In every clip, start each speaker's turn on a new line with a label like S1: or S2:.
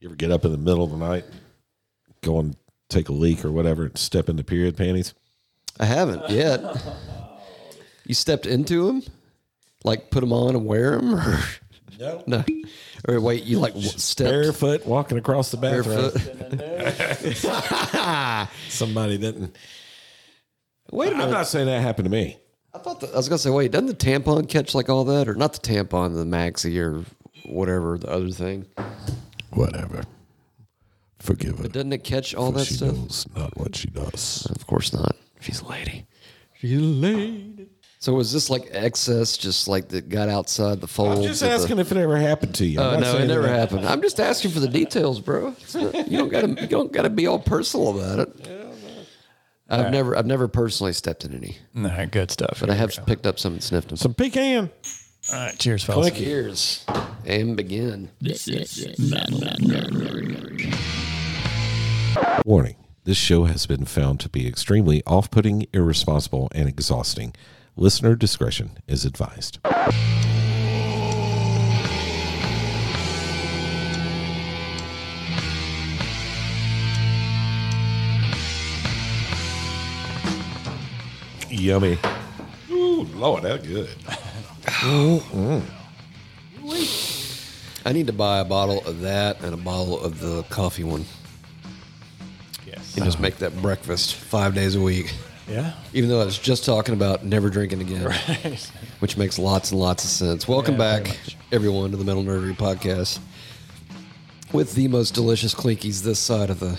S1: You ever get up in the middle of the night, go and take a leak or whatever, and step into period panties?
S2: I haven't yet. you stepped into them, like put them on and wear them, or
S1: No.
S2: no, or wait, you like w- stepped
S1: Barefoot walking across the bathroom.
S2: barefoot.
S1: Somebody didn't.
S2: Wait a minute.
S1: I'm not saying that happened to me.
S2: I thought the, I was gonna say, wait, doesn't the tampon catch like all that, or not the tampon, the maxi, or whatever the other thing?
S1: Whatever. Forgive her.
S2: Doesn't it catch all that stuff?
S1: knows not what she does.
S2: Of course not. She's a lady. She's a lady. So was this like excess, just like that got outside the folds?
S1: I'm just
S2: of the-
S1: asking if it ever happened to you. I'm
S2: Oh,
S1: not
S2: no,
S1: saying
S2: it never
S1: that-
S2: happened. I'm just asking for the details, bro. It's not- you don't gotta you don't gotta be all personal about it. I've never I've never personally stepped in any,
S3: All right, good stuff.
S2: but I have picked up some and sniffed them.
S1: Some pecan.
S3: All right, cheers, fellas.
S1: Click it.
S2: Cheers. And begin.
S1: Warning This show has been found to be extremely off putting, irresponsible, and exhausting. Listener discretion is advised. Yummy. Ooh, Lord, that's good.
S2: I need to buy a bottle of that and a bottle of the coffee one.
S3: Yes.
S2: And just make that breakfast five days a week.
S3: Yeah.
S2: Even though I was just talking about never drinking again, which makes lots and lots of sense. Welcome
S3: Yeah, very
S2: back,
S3: much.
S2: everyone, to the Metal Nerdery Podcast with the most delicious clinkies this side of the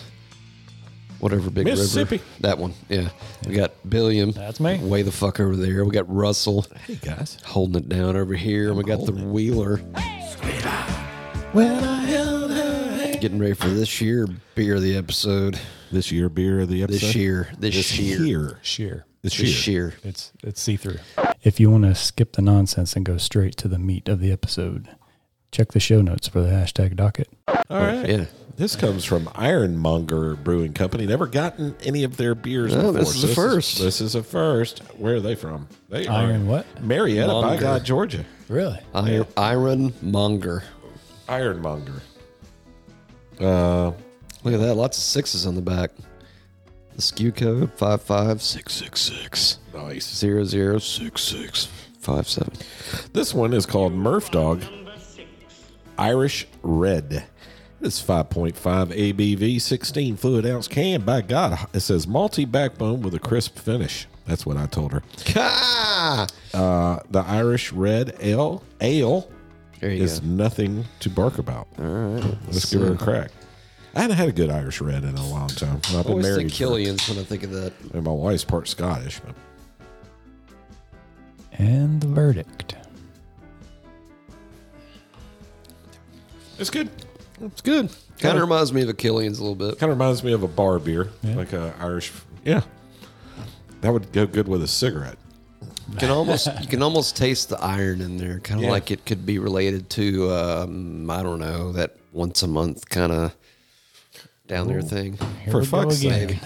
S2: whatever big
S1: Mississippi.
S2: river. That one, yeah. We got Billiam.
S3: That's me.
S2: Way the fuck over there. We got Russell
S1: Hey, guys.
S2: holding it down over here. and we got the Wheeler
S1: When I held her hand.
S2: getting ready for this year beer of the episode.
S1: This year, beer of the episode.
S2: This year. This,
S1: This
S2: year.
S1: year.
S3: Sheer.
S1: This year.
S2: This year.
S3: It's it's see through. If you want to skip the nonsense and go straight to the meat of the episode, check the show notes for the hashtag docket.
S1: All right.
S2: Yeah.
S1: This comes from Ironmonger Brewing Company. Never gotten any of their beers
S2: No,
S1: before.
S2: Oh, this is a first.
S1: this is a first. Where are they from? They are
S3: Iron what?
S1: Marietta, by
S2: Monger.
S1: God, Georgia.
S3: Really?
S2: Iron, Iron Monger.
S1: Ironmonger. Uh,
S2: Look at that. Lots of sixes on the back. The SKU code 55666
S1: nice.
S2: 006657.
S1: This one is called Murph Dog Irish Red. It's 5.5 ABV, 16 fluid ounce can. By God, it says malty backbone with a crisp finish. That's what I told her.
S2: Ah!
S1: Uh, the Irish Red Ale Ale
S2: There you
S1: is
S2: go.
S1: nothing to bark about. All right, let's give her a crack. I haven't had a good Irish red in a long time. I've
S2: I
S1: been
S2: always
S1: married.
S2: think
S1: for-
S2: Killian's when I think of that.
S1: and my wife's part Scottish, but
S3: And the verdict.
S1: it's good.
S2: It's good. Kind of reminds me of a Killian's a little bit.
S1: Kind of reminds me of a bar beer,
S3: Yeah.
S1: like a Irish. Yeah, that would go good with a cigarette.
S2: You can almost you can almost taste the iron in there, kind of
S1: Yeah.
S2: like it could be related to um, I don't know that once a month kind of down there thing.
S3: Here
S1: For
S3: we go
S1: fuck's
S3: again.
S2: sake.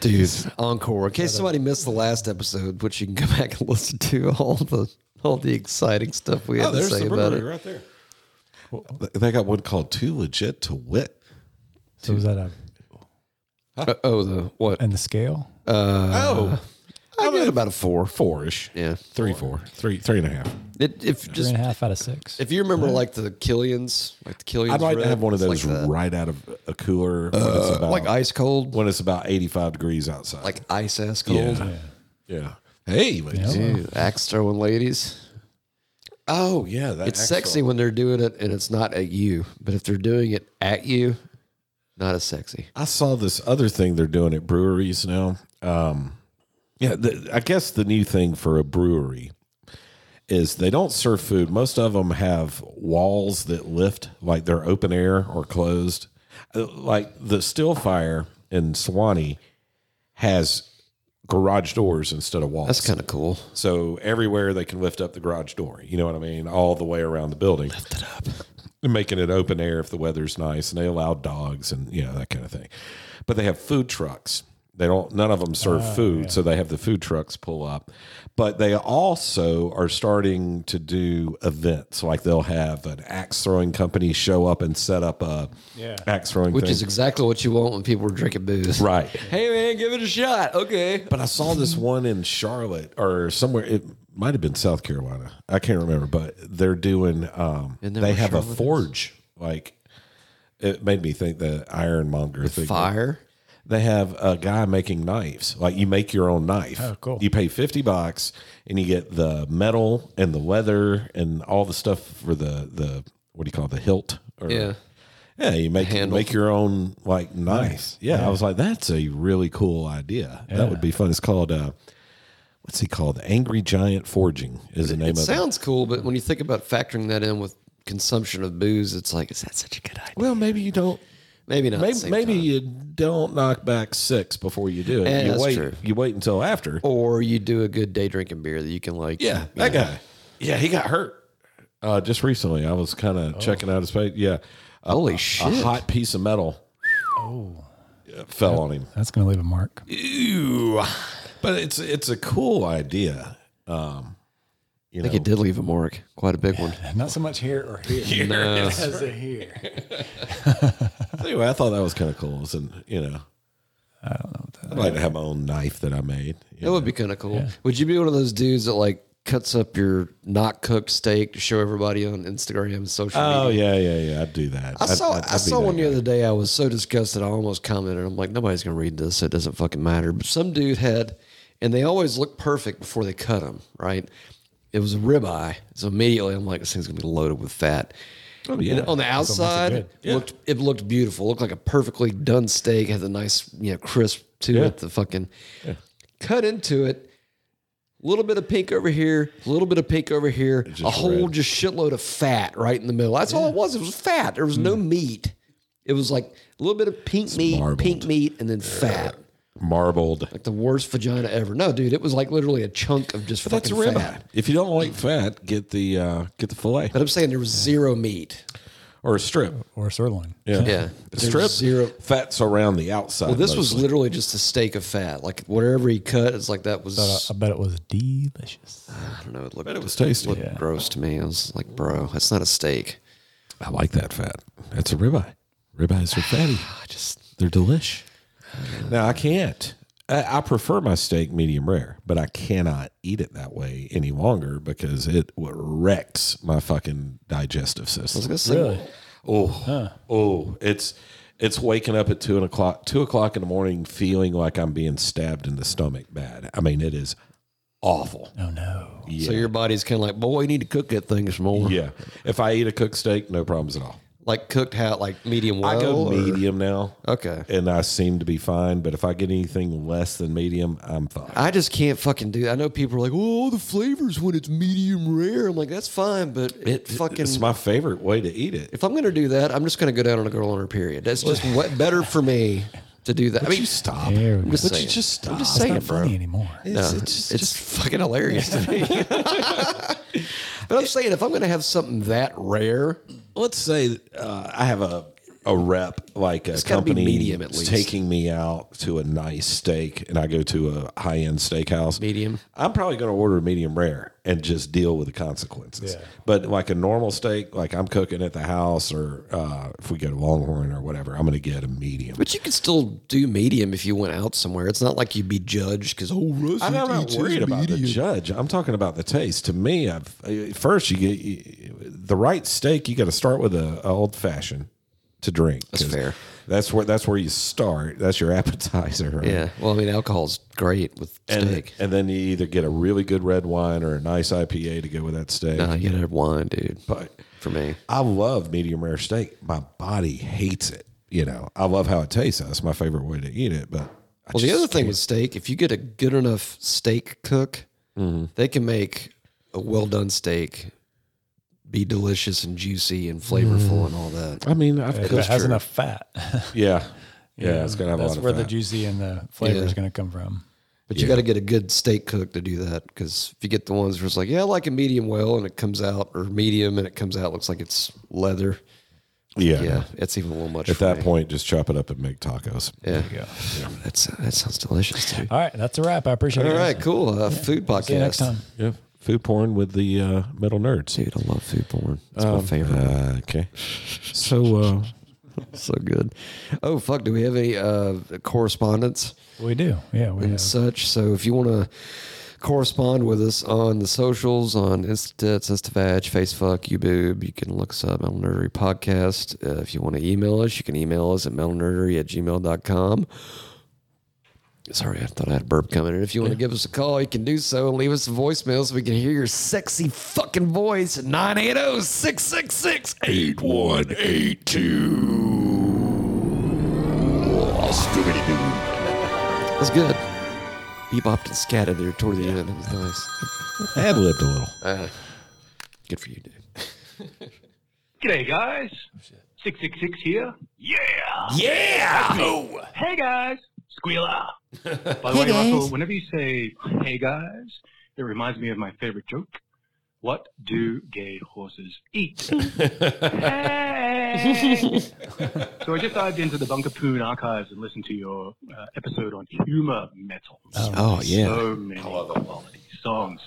S2: Dude, encore. In case somebody missed the last episode, which you can go back and listen to all the all the exciting stuff we had
S1: Oh,
S2: to
S1: there's
S2: say
S1: the
S2: about
S1: brewery
S2: it.
S1: right there. They got one called Too Legit to Wit.
S3: So is that a
S2: Uh, oh, the what?
S3: and the scale?
S1: oh,
S2: I got about a four.
S1: four-ish.
S2: Yeah,
S1: Three, four, three, three and a half.
S2: it, if
S3: Three
S2: just
S3: and a half out of six.
S2: if you remember like the Killians, like the Killians.
S1: I'd like to
S2: Red,
S1: have one of
S2: it's
S1: those
S2: like, that. Uh,
S1: right out of a cooler. when it's about-
S2: like ice cold,
S1: when it's about 85 degrees outside.
S2: like ice ass cold.
S1: Yeah. yeah. Hey, ladies.
S2: Dude, axe throwing ladies.
S1: Oh, yeah. That
S2: It's
S1: actual-
S2: sexy when they're doing it and it's not at you, but if they're doing it at you, not as sexy.
S1: I saw this other thing they're doing at breweries now. Um, yeah, the, I guess the new thing for a brewery is they don't serve food. Most of them have walls that lift, like they're open air or closed. Uh, Like the Still Fire in Swanee has garage doors instead of walls.
S2: That's kind of cool.
S1: So everywhere they can lift up the garage door. You know what I mean? All the way around the building. Lift it up. Making it open air if the weather's nice, and they allow dogs and you know that kind of thing. But they have food trucks They don't. None of them serve food, so they have the food trucks pull up. But they also are starting to do events, like they'll have an axe throwing company show up and set up a
S3: Yeah.
S1: axe throwing,
S2: Which
S1: thing.
S2: is exactly what you want when people are drinking booze.
S1: right.
S2: Hey man, give it a shot. Okay.
S1: But I saw
S2: Mm-hmm.
S1: this one in Charlotte or somewhere. It might have been South Carolina. I can't remember, but they're doing. Um,
S2: Isn't that
S1: they
S2: where
S1: have
S2: Charlotte
S1: a
S2: is?
S1: forge. Like it made me think the ironmonger thing.
S2: Fire.
S1: They have a guy making knives. Like you make your own knife.
S3: Oh, cool.
S1: You pay fifty bucks and you get the metal and the leather and all the stuff for the the what do you call it, the hilt? Or,
S2: Yeah.
S1: Yeah, you make
S2: handle.
S1: make your own like knife. Yeah, I was like, that's a really cool idea. That would be fun. It's called uh, what's he called? Angry Giant Forging is the name
S2: It
S1: of it.
S2: sounds cool, but when you think about factoring that in with consumption of booze, it's like, is that such a good idea?
S1: Well, maybe you don't.
S2: Maybe not. at the
S1: Maybe,
S2: same
S1: maybe
S2: time.
S1: you don't knock back six before you do it.
S2: Yeah,
S1: you
S2: that's
S1: wait.
S2: true.
S1: You wait until after.
S2: Or you do a good day drinking beer that you can like.
S1: Yeah, that guy. Yeah, he got hurt uh, just recently. I was kind of checking out his face. Yeah, a,
S2: Holy
S1: a
S2: shit!
S1: hot piece of metal. Oh, fell on him.
S3: That's going to leave a mark.
S1: Ew. But it's it's a cool idea. Um, you
S2: I think
S1: know,
S2: it did leave a mark, quite a big one.
S3: Not so much here or here,
S2: No.
S3: as a here.
S1: anyway, I thought that was kind of cool. It was an, you know,
S3: I don't know what that
S1: I'd like to have my own knife that I made.
S2: That would be kind of cool. Would you be one of those dudes that like cuts up your not cooked steak to show everybody on Instagram and social
S1: Oh
S2: media?
S1: yeah, yeah, yeah. I'd do that.
S2: I saw I saw one the
S1: other.
S2: other day. I was so disgusted. I almost commented. I'm like, nobody's gonna read this. so It doesn't fucking matter. But some dude had, and they always look perfect before they cut them. Right? It was a ribeye. So immediately, I'm like, this thing's gonna be loaded with fat. Oh,
S1: yeah.
S2: on the outside,
S3: good.
S2: looked it looked beautiful. Looked like a perfectly done steak. Had the nice, you know, crisp to it. The fucking cut into it. A little bit of pink over here, a little bit of pink over here, a whole just shitload of fat right in the middle. That's all it was. It was fat. There was no meat. It was like a little bit of pink meat,
S1: Mm. marbled.
S2: pink meat, and then fat.
S1: marbled.
S2: Like the worst vagina ever. No, dude, it was like literally a chunk of just
S1: That's a
S2: fucking
S1: ribeye.
S2: fat.
S1: If you don't like fat, get the uh, get the fillet
S2: But I'm saying there was zero meat.
S1: or a strip.
S3: Or sirloin.
S1: Yeah,
S2: Yeah.
S1: The
S2: There's
S1: strip
S2: zero-
S1: fats around the outside.
S2: Well, this was
S1: mostly.
S2: literally just a steak of fat. Like whatever he cut, it's like that was.
S3: I bet it was delicious.
S2: I don't know. It looked,
S1: uh, it was tasty.
S2: looked gross to me. I was like, bro, that's not a steak.
S1: I like that fat. That's a ribeye. Ribeyes are fatty.
S2: I just
S1: They're delish. Now I can't. I, I prefer my steak medium rare, but I cannot eat it that way any longer because it wrecks my fucking digestive
S2: I was
S1: system.
S2: gonna say.
S1: Oh, oh, it's it's waking up at two and o'clock, two o'clock in the morning, feeling like I'm being stabbed in the stomach. Bad. I mean, it is awful.
S3: Oh, no.
S2: So your body's kind of like, boy, you need to cook that thing some more.
S1: Yeah. If I eat a cooked steak, no problems at all.
S2: Like cooked how, like medium well.
S1: I go
S2: or-
S1: medium now.
S2: Okay.
S1: And I seem to be fine, but if I get anything less than medium, I'm fine.
S2: I just can't fucking do. I know people are like, oh, the flavors when it's medium rare. I'm like, that's fine, but it, fucking.
S1: It's my favorite way to eat it.
S2: if I'm gonna do that, I'm just gonna go down on a girl on her period. That's just what better for me to do that. I mean,
S1: you stop.
S3: There we
S2: I'm
S3: go.
S2: just
S1: Would
S2: saying.
S1: you just stop?
S2: I'm just
S1: It's
S2: saying,
S3: Not
S2: bro.
S3: funny anymore.
S1: It's,
S2: No,
S1: it's just,
S2: it's
S1: just
S2: fucking hilarious to me. but I'm saying, if I'm gonna have something that rare,
S1: let's say uh, I have a a rep like a
S2: gotta be
S1: company
S2: medium at least.
S1: taking me out to a nice steak, and I go to a high end steakhouse.
S2: medium.
S1: I'm probably going to order medium rare and just deal with the consequences. But like a normal steak, like I'm cooking at the house, or uh, if we go to Longhorn or whatever, I'm going to get a medium.
S2: But you could still do medium if you went out somewhere. It's not like you'd be judged because oh, Russ,
S1: I'm not,
S2: he eats his
S1: worried about the
S2: medium."
S1: judge. I'm talking about the taste. To me, I've, uh, first you get you, the right steak. You got to start with a, a old fashioned to drink. That's
S2: fair.
S1: That's where that's where you start. That's your appetizer. Right?
S2: Yeah. Well, I mean, alcohol's great with
S1: And,
S2: steak.
S1: and then you either get a really good red wine or a nice IPA to go with that steak.
S2: No, Uh, you gotta have wine, dude.
S1: But
S2: For me,
S1: I love medium rare steak. My body hates it. You know, I love how it tastes. That's my favorite way to eat it. But I
S2: well, the other thing with steak, if you get a good enough steak cook,
S1: Mm-hmm.
S2: they can make a well done steak be delicious and juicy and flavorful and all that.
S1: I mean, I've
S3: If it
S1: cooked.
S3: has enough fat.
S1: Yeah. Yeah, it's gonna have
S3: That's
S1: a lot
S3: where
S1: of
S3: the
S1: fat.
S3: juicy and the flavor
S2: Yeah.
S3: is going to come from.
S2: But you got to get a good steak cook to do that because if you get the ones where it's like, yeah, I like a medium well, and it comes out or medium and it comes out looks like it's leather.
S1: Yeah.
S2: Yeah, it's even a little much.
S1: At
S2: for
S1: that
S2: me.
S1: point, just chop it up and make tacos.
S2: yeah,
S3: There you go.
S2: that's that sounds delicious too.
S3: All right, that's a wrap. I appreciate
S2: All
S3: it. guys.
S2: right, cool. Uh, Food podcast.
S3: See you next time.
S1: Yeah. Food porn with the uh, metal nerds.
S2: Dude, I love food porn. It's my favorite.
S1: Uh, okay. So, uh,
S2: so good. Oh fuck, do we have any uh, correspondence
S3: We do. Yeah, we
S2: and
S3: have.
S2: such? So if you want to correspond with us on the socials, on Instatits, Instavag, Facebook, YouBoob, you can look us up, Metal Nerdery Podcast. Uh, if you want to email us, you can email us at metalnerdery at gmail.com. Sorry, I thought I had a burp coming. And if you want to give us a call, you can do so and leave us a voicemail so we can hear your sexy fucking voice at oh, 980 666 That's good. Bebopped and scattered there toward the end. It was nice.
S1: ad libbed a little.
S2: Good for you, dude.
S4: G'day, guys. 666 here. Yeah! Yeah! Hey, guys. Squealer. By the way, Russell, whenever you say, hey, guys, it reminds me of my favorite joke. What do gay horses eat? Hey! so I just dived into the Bunker Poon archives and listened to your uh, episode on humor metal.
S2: Oh, yeah.
S4: So many quality songs.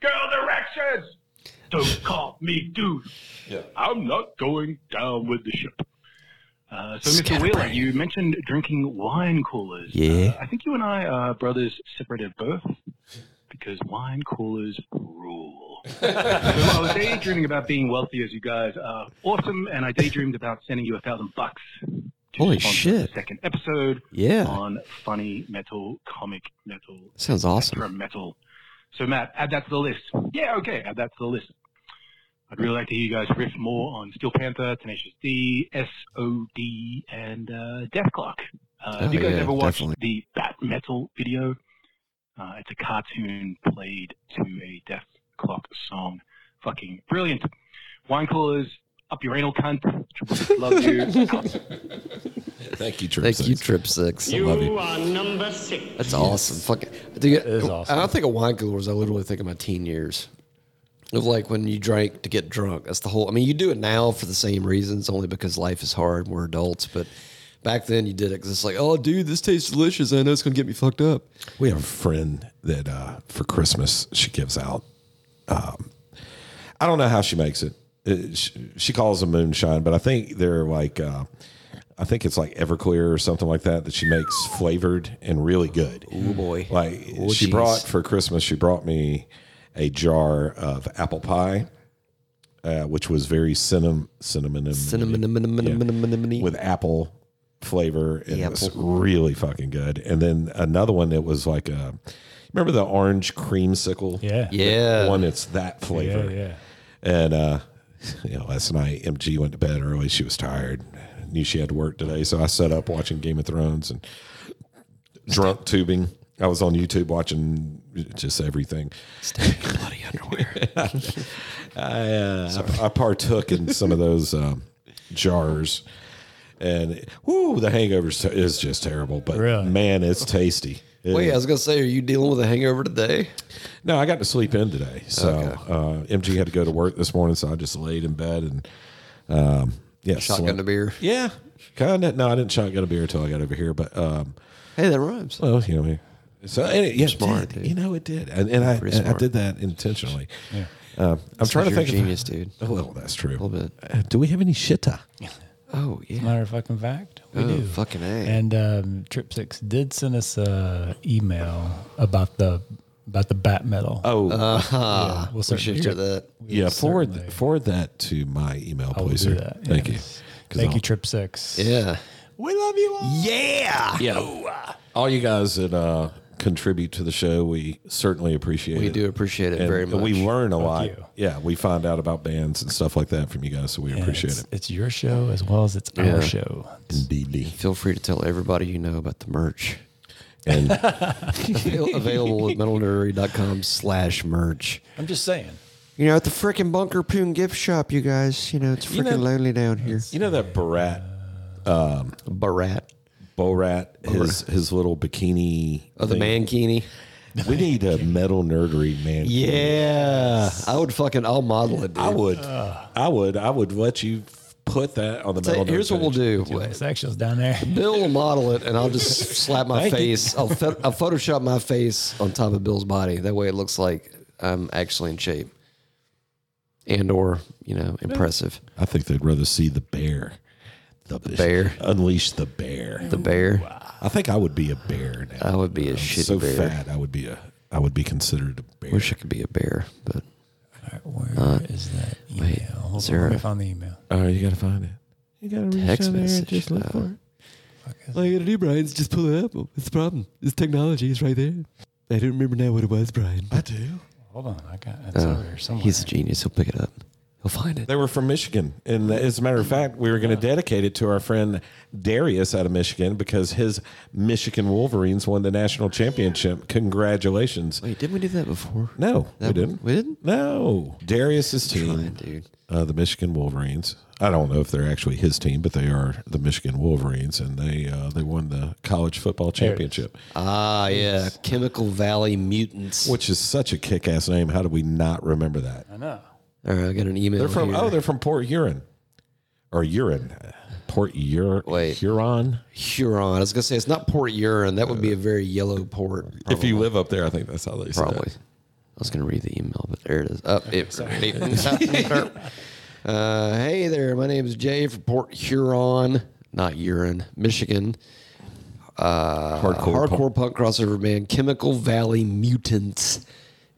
S4: Girl directions! Don't call me dude. I'm not going down with the ship. Uh, so, Mr. Wheeler, you mentioned drinking wine coolers.
S2: Yeah.
S4: Uh, I think you and I are brothers separated at birth because wine coolers rule. so I was daydreaming about being wealthy as you guys are awesome, and I daydreamed about sending you a thousand bucks. to
S2: Holy
S4: sponsor
S2: shit.
S4: The second episode
S2: Yeah.
S4: on funny metal, comic metal,
S2: Sounds awesome.
S4: from metal. So Matt, add that to the list. Yeah, okay, add that to the list. I'd really like to hear you guys riff more on Steel Panther, Tenacious D, SOD, and uh, Death Clock. Uh,
S2: Oh,
S4: have you guys
S2: yeah,
S4: ever watched
S2: definitely.
S4: the Bat Metal video? Uh, it's a cartoon played to a Death Clock song. Fucking brilliant. Wine coolers, up your anal cunt. Triple love you. Out.
S1: Thank you, Trip.
S2: Thank you,
S1: Six.
S2: Trip Six.
S1: I love you.
S5: You are number six.
S2: That's awesome. Fucking. Dude,
S3: is awesome.
S2: I don't think of wine coolers. I literally think of my teen years. Of like when you drank to get drunk. That's the whole. I mean, you do it now for the same reasons, only because life is hard and we're adults. But back then you did it because it's like, oh, dude, this tastes delicious. I know it's going to get me fucked up.
S1: We have a friend that uh, for Christmas she gives out. Um, I don't know how she makes it. It- she, she calls them moonshine, but I think they're like, uh, I think it's like Everclear or something like that that she makes flavored and really good.
S2: Oh, boy.
S1: Like
S2: Oh,
S1: she
S2: jeez.
S1: brought for Christmas, she brought me a jar of apple pie, uh, which was very cinnamon, cinnamon,
S2: Cinnamon, cinnamon, cinnamon, cinnamon, cinnamon.
S1: with apple flavor and it was
S2: Apple.
S1: really fucking good. And then another one that was like a remember the orange creamsicle?
S3: Yeah.
S2: yeah.
S1: One that's that flavor.
S3: Yeah, yeah.
S1: And uh you know, last night MG went to bed early. She was tired. Knew she had to work today. So I set up watching Game of Thrones and drunk tubing. I was on YouTube watching just everything.
S2: bloody underwear.
S1: I, uh, I, I partook in some of those um, jars, and whoo, the hangover is- is just terrible. But
S3: Really?
S1: man, it's tasty. It-
S2: Wait, I was gonna say, are you dealing with a hangover today?
S1: no, I got to sleep in today, so uh, MG had to go to work this morning, so I just laid in bed and um, yeah,
S2: Shotgun
S1: slept.
S2: to beer.
S1: Yeah, kind of. No, I didn't shotgun a beer until I got over here, but um,
S2: Hey, that rhymes.
S1: well, you know me. So and it, yeah, it
S2: smart,
S1: did.
S2: dude.
S1: you know it did, and, and I
S2: Pretty
S1: and I
S2: smart.
S1: did that intentionally. Um, I'm trying to
S2: You're a
S1: think.
S2: genius, dude.
S1: Of, oh, well, that's true.
S2: A little bit.
S1: Uh, do we have any shitta?
S2: Oh yeah.
S3: Matter of fucking fact, we
S2: Oh,
S3: do.
S2: fucking A.
S3: And um, Trip Six did send us a email about the about the bat metal.
S1: Oh,
S2: Ah,
S3: Yeah, we'll
S2: we
S3: certainly
S2: should
S3: do
S2: hear
S3: it.
S2: that.
S1: yeah. Forward
S3: certainly-
S1: forward that to my email,
S3: I will
S1: please.
S3: do
S1: sir.
S3: that.
S1: Thank
S3: yes.
S1: you. 'Cause
S3: Thank you,
S1: I'll-
S3: Trip Six.
S2: Yeah.
S1: We love you all.
S2: Yeah.
S1: Yeah. All you guys that uh, contribute to the show, we certainly appreciate
S2: We
S1: it.
S2: do appreciate it
S1: And
S2: very much.
S1: We learn a lot.
S3: you.
S1: Yeah, we find out about bands and stuff like that from you guys, so we
S3: And
S1: appreciate
S3: it's,
S1: it.
S3: It's your show as well as it's
S2: Yeah.
S3: our show.
S1: Indeed.
S2: Feel free to tell everybody you know about the merch.
S1: And
S2: Avail- Available at metalnerdery.com slash merch.
S3: I'm just saying.
S2: You know, at the frickin' Bunker Poon gift shop, you guys. You know, it's freaking
S1: You know-
S2: lonely down here.
S1: you know that Barat,
S2: Barat.
S1: Borat, his his little bikini.
S2: Oh, the
S1: thing?
S2: mankini.
S1: We need a metal nerdery man.
S2: Yeah. I would fucking, I'll model it, dude.
S1: I would. I would. I would let you put that on the
S2: Say,
S1: metal. note
S2: here's what we'll
S1: page.
S2: do.
S3: Sections down there.
S2: Bill will model it, and I'll just slap my face. I'll, pho- I'll Photoshop my face on top of Bill's body. That way, it looks like I'm actually in shape, and or you know, impressive.
S1: I think they'd rather see the bear. The,
S2: bear.
S1: Unleash the bear.
S2: The bear,
S1: I think I would be a bear now.
S2: I would be a shitty
S1: so
S2: bear.
S1: fat, I would be a. I would be considered a bear.
S2: Wish I could be a bear, but
S3: Where is
S1: Uh,
S3: that email?
S2: wait,
S3: Hold
S2: is
S3: on,
S2: there
S3: let me
S2: a-
S3: find the email.
S1: Oh, you gotta find it. You gotta reach
S2: Text out there and message, just look uh, for
S5: All you gotta do, Brian, is just pull it up. It's the problem. It's technology. It's right there. I don't remember now what it was, Brian.
S1: I do.
S3: Hold on, I got it's over there somewhere.
S2: Uh, he's a genius. He'll pick it up. He'll find it.
S1: They were from Michigan, and as a matter of fact, we were going to dedicate it to our friend Darius out of Michigan because his Michigan Wolverines won the national championship. Congratulations!
S2: Wait, didn't we do that before?
S1: No, we
S2: That-
S1: didn't.
S2: We didn't.
S1: No, Darius's
S2: Brian,
S1: team,
S2: dude.
S1: uh, the Michigan Wolverines. I don't know if they're actually his team, but they are the Michigan Wolverines, and they uh, they won the college football championship.
S2: Ah, yeah, Chemical Valley Mutants.
S1: which is such a kick-ass name. How do we not remember that?
S3: I know.
S2: All right, I got an email.
S1: They're from
S2: here.
S1: oh, they're from Port Huron, or Huron, Port Ur-
S2: Wait.
S1: Huron.
S2: Huron. I was gonna say it's not Port Huron. That would be a very yellow port.
S1: If you live up there, I think that's how they say
S2: probably.
S1: It.
S2: I was gonna read the email, but there it is. Up it. uh, hey there, my name is Jay from Port Huron, not urine, Michigan. Uh,
S1: Hardcore
S2: hardcore punk, crossover band Chemical Valley Mutants,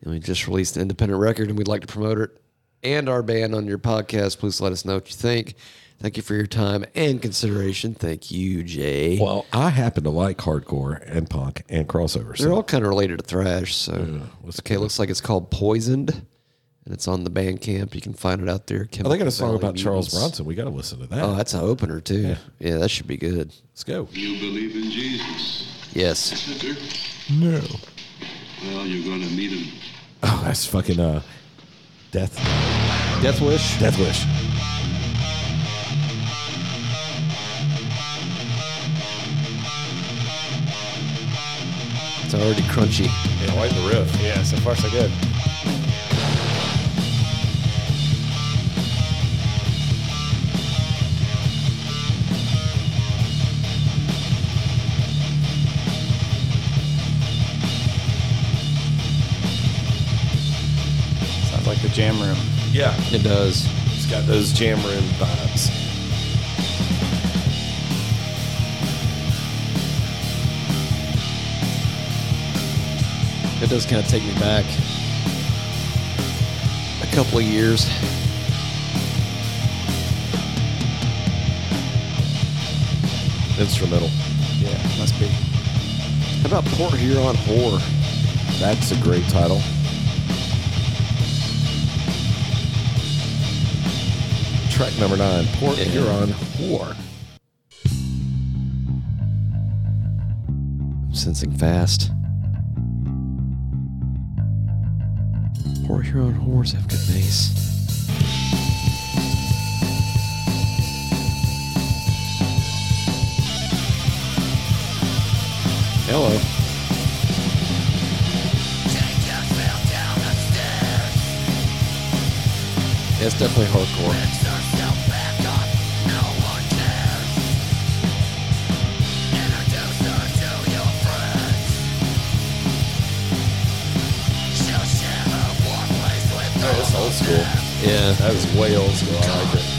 S2: and we just released an independent record, and we'd like to promote it and our band on your podcast. Please let us know what you think. Thank you for your time and consideration. Thank you, Jay.
S1: Well, I happen to like hardcore and punk and crossover.
S2: They're
S1: So
S2: all kind of related to thrash. So okay, looks like it's called Poisoned, and it's on the Bandcamp. You can find it out there.
S1: I
S2: Chemical
S1: think I got a song
S2: Valley
S1: about Charles
S2: Mutants.
S1: Bronson. We got to listen to that.
S2: Oh, that's an opener too. Yeah. that should be good.
S1: Let's go.
S6: You believe in Jesus,
S2: Yes.
S6: sister? No. Well, you're gonna meet him.
S1: Oh, that's fucking uh, death,
S2: Death Wish.
S1: death wish.
S2: It's already crunchy.
S1: Yeah, like the riff.
S3: Yeah, so far so good. Sounds like the jam room.
S1: Yeah,
S2: It does.
S1: it's got those jam room vibes.
S2: It does kind of take me back a couple of years.
S1: Instrumental.
S3: Yeah, must be.
S2: How about Port Huron Horror?
S1: That's a great title. Track number nine, Port
S2: Yeah.
S1: Huron War.
S2: I'm sensing fast. Port Huron Horrors have good bass.
S1: Hello.
S2: Yeah, it's definitely hardcore.
S1: Oh, that's old school.
S2: Yeah.
S1: That is way old school. I like it.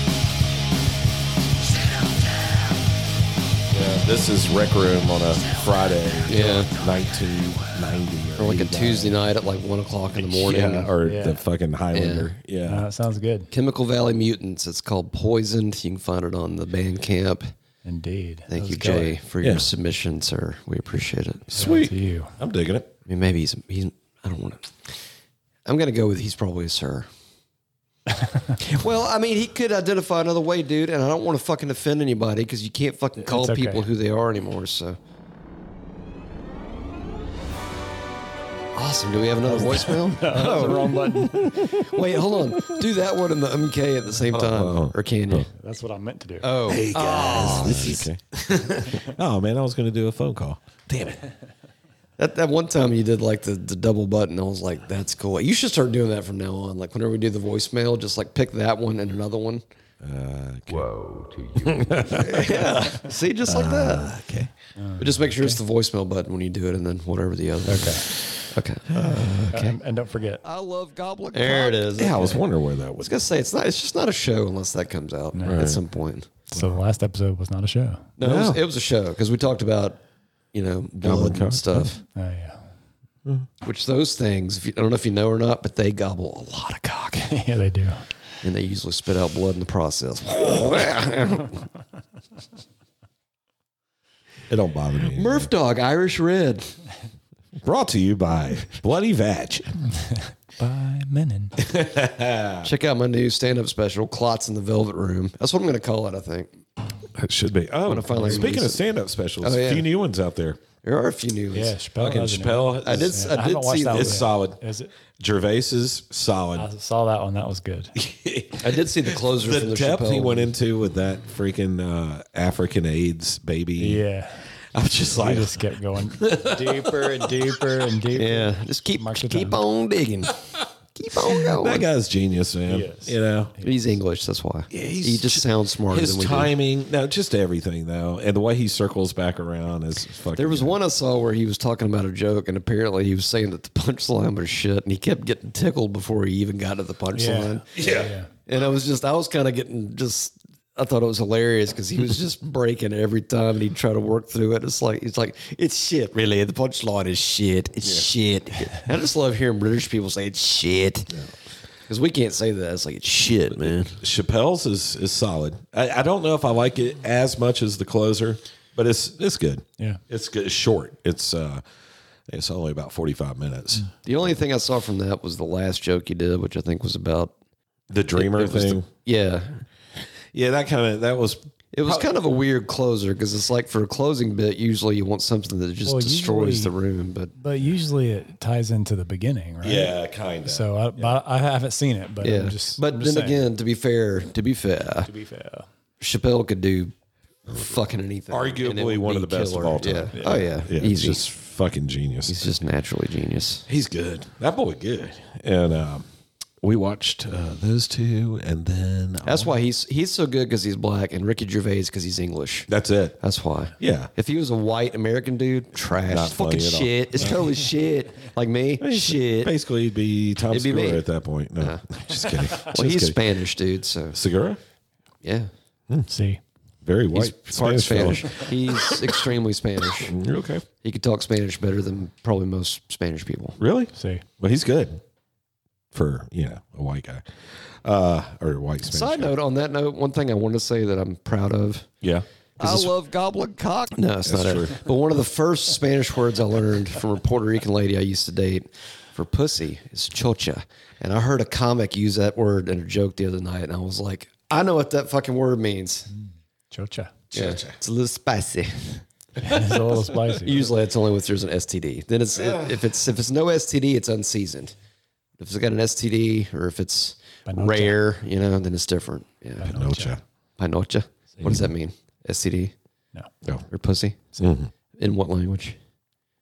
S1: Yeah, Uh, this is Rec Room on a Friday.
S2: Yeah.
S1: 1990.
S2: Or like a Tuesday night at like one o'clock in the morning.
S1: Yeah, or
S3: Yeah.
S1: the fucking Highlander. Yeah.
S3: Uh, it sounds good.
S2: Chemical Valley Mutants. It's called Poisoned. You can find it on the Bandcamp.
S3: Indeed.
S2: Thank
S3: That
S2: you,
S3: was killer.
S2: Jay, for
S1: Yeah.
S2: your submission, sir. We appreciate it. I
S3: Shout out
S1: Sweet.
S3: To you.
S1: I'm digging it.
S2: mean, maybe he's, he's I don't want to. I'm going to go with he's probably a sir. well, I mean, he could identify another way, dude, and I don't want to fucking offend anybody because you can't fucking call
S3: It's okay.
S2: people who they are anymore, so. Awesome. Do we have another voicemail?
S3: Oh, the wrong button.
S2: Wait, hold on. Do that one and the MK at the same time, or can you?
S3: That's what I meant to do.
S2: Oh,
S1: okay. oh, man, I was going to do a phone call. Damn it.
S2: That, that one time you did like the, the double button. I was like, that's cool. You should start doing that from now on. Like whenever we do the voicemail, just like pick that one and another one.
S1: Uh, okay.
S7: Woe to you.
S2: See, just like that. Uh, Okay. But just make sure it's the voicemail button when you do it, and then whatever the other.
S3: Okay.
S2: Okay.
S3: Um, and don't forget,
S2: I love Goblin. There it is.
S1: Yeah, I was
S2: I
S1: wondering where that was.
S2: was gonna say it's not. It's just not a show unless that comes out at some point.
S3: so the last episode was not a show.
S2: No, It, was, it was a show because we talked about you know blood and stuff,
S3: Oh, yeah.
S2: which those things. If you, I don't know if you know or not, but they gobble a lot of cock,
S3: yeah, they do.
S2: and they usually spit out blood in the process.
S1: It don't bother me. anymore.
S2: Murph Dog, Irish Red.
S1: Brought to you by Bloody Vatch.
S3: By Menon.
S2: Check out my new stand-up special, Clots in the Velvet Room. That's what I'm gonna call it. I think
S1: It should be. Oh,
S2: gonna finally
S1: speaking
S2: release
S1: of
S2: it.
S1: stand up specials,
S2: Oh, yeah.
S1: a few new ones out there.
S2: there are a few new ones.
S3: Yeah, Chappelle.
S1: Fucking
S3: has a new
S1: Chappelle.
S2: I did. Oh,
S1: It's,
S2: I
S3: haven't
S2: did
S3: watched
S2: see.
S3: that
S2: That
S3: one.
S1: it's solid.
S3: one. Is it?
S1: Gervais's solid.
S3: I saw that one. That was good.
S2: I did see the closer for
S1: the
S2: the
S1: depth
S2: Chappelle
S1: he
S2: one.
S1: went into with that freaking uh, African AIDS baby.
S3: Yeah.
S1: I'm just
S3: I
S1: like,
S3: just kept going deeper and deeper and deeper.
S2: Yeah, just keep
S3: Mark the
S2: keep
S3: time.
S2: on digging. keep on
S1: that
S2: going.
S1: guy's genius, man.
S3: He is.
S1: You know,
S2: He's English, that's why.
S1: he's
S2: he just
S1: ju-
S2: sounds smarter
S1: his
S2: than we do.
S1: timing, no, just everything though, and the way he circles back around is fucking.
S2: There was one I saw where he was talking about a joke, and apparently he was saying that the punchline was shit, and he kept getting tickled before he even got to the punchline.
S3: Yeah. yeah.
S2: And I was just, I was kind of getting just, I thought it was hilarious because he was just breaking every time, and he'd try to work through it. It's like, it's like, it's shit, really. The punchline is shit. It's shit. I just love hearing British people say it's shit because we can't say that. It's like it's shit, man.
S1: Chappelle's is is solid. I, I don't know if I like it as much as the closer, but it's it's good.
S3: Yeah.
S1: it's good. It's short. It's uh, it's only about 45 minutes.
S2: The only thing I saw from that was the last joke he did, which I think was about
S1: The dreamer
S2: was
S1: thing.
S2: yeah.
S1: yeah, that kind of that was.
S2: It was kind of a weird closer because it's like for a closing bit, usually you want something that just
S3: Well,
S2: destroys
S3: usually-
S2: the room. But
S3: But usually it ties into the beginning, right?
S1: Yeah, kind of.
S3: So I, but I haven't seen it, but
S2: yeah,
S3: I'm just.
S2: but
S3: I'm
S2: then
S3: just saying.
S2: again, to be fair, to be fair,
S3: to be fair,
S2: Chappelle could do fucking anything. and it
S1: Arguably
S2: would
S1: one of
S2: be
S1: the best of
S2: killer.
S1: all time.
S2: Yeah. Oh yeah,
S1: yeah, it's
S2: easy.
S1: just fucking genius.
S2: He's just naturally genius.
S1: He's good. That boy good. And um, we watched uh, those two, and then uh,
S2: That's why he's he's so good because he's black, and Ricky Gervais because he's English.
S1: that's it.
S2: That's why.
S1: Yeah.
S2: If he was a white American dude, trash,
S1: Not funny
S2: fucking
S1: at all.
S2: shit. It's totally shit. Like me, shit.
S1: Basically, he'd be Tom
S2: It'd be
S1: Segura
S2: me. Uh-huh.
S1: at that point. No, just kidding. Just
S2: Well, he's
S1: kidding.
S2: Spanish, dude. So
S1: Segura,
S2: yeah,
S3: see,
S1: very white.
S2: he's part
S1: fella.
S2: Spanish. He's extremely Spanish.
S1: You're okay.
S2: He could talk Spanish better than probably most Spanish people.
S1: Really?
S3: see.
S1: Well, he's good for you know a white guy uh, or a white Spanish.
S2: Side
S1: guy.
S2: note on that note, one thing I wanted to say that I'm proud of.
S1: Yeah.
S2: I love goblin cock. No, it's not true. But one of the first Spanish words I learned from a Puerto Rican lady I used to date for pussy is chocha. And I heard a comic use that word in a joke the other night, and I was like, I know what that fucking word means.
S3: Chocha.
S2: Yeah, it's a little spicy.
S3: It's a little spicy.
S2: Usually, it's only if there's an STD. Then it's if it's if it's no STD, it's unseasoned. If it's got an STD or if it's
S3: Panocha.
S2: rare, you know, then it's different. Yeah,
S1: Nocha.
S2: panocha. What does that mean? STD
S3: No,
S2: or pussy?
S1: Mm-hmm.
S2: In what language?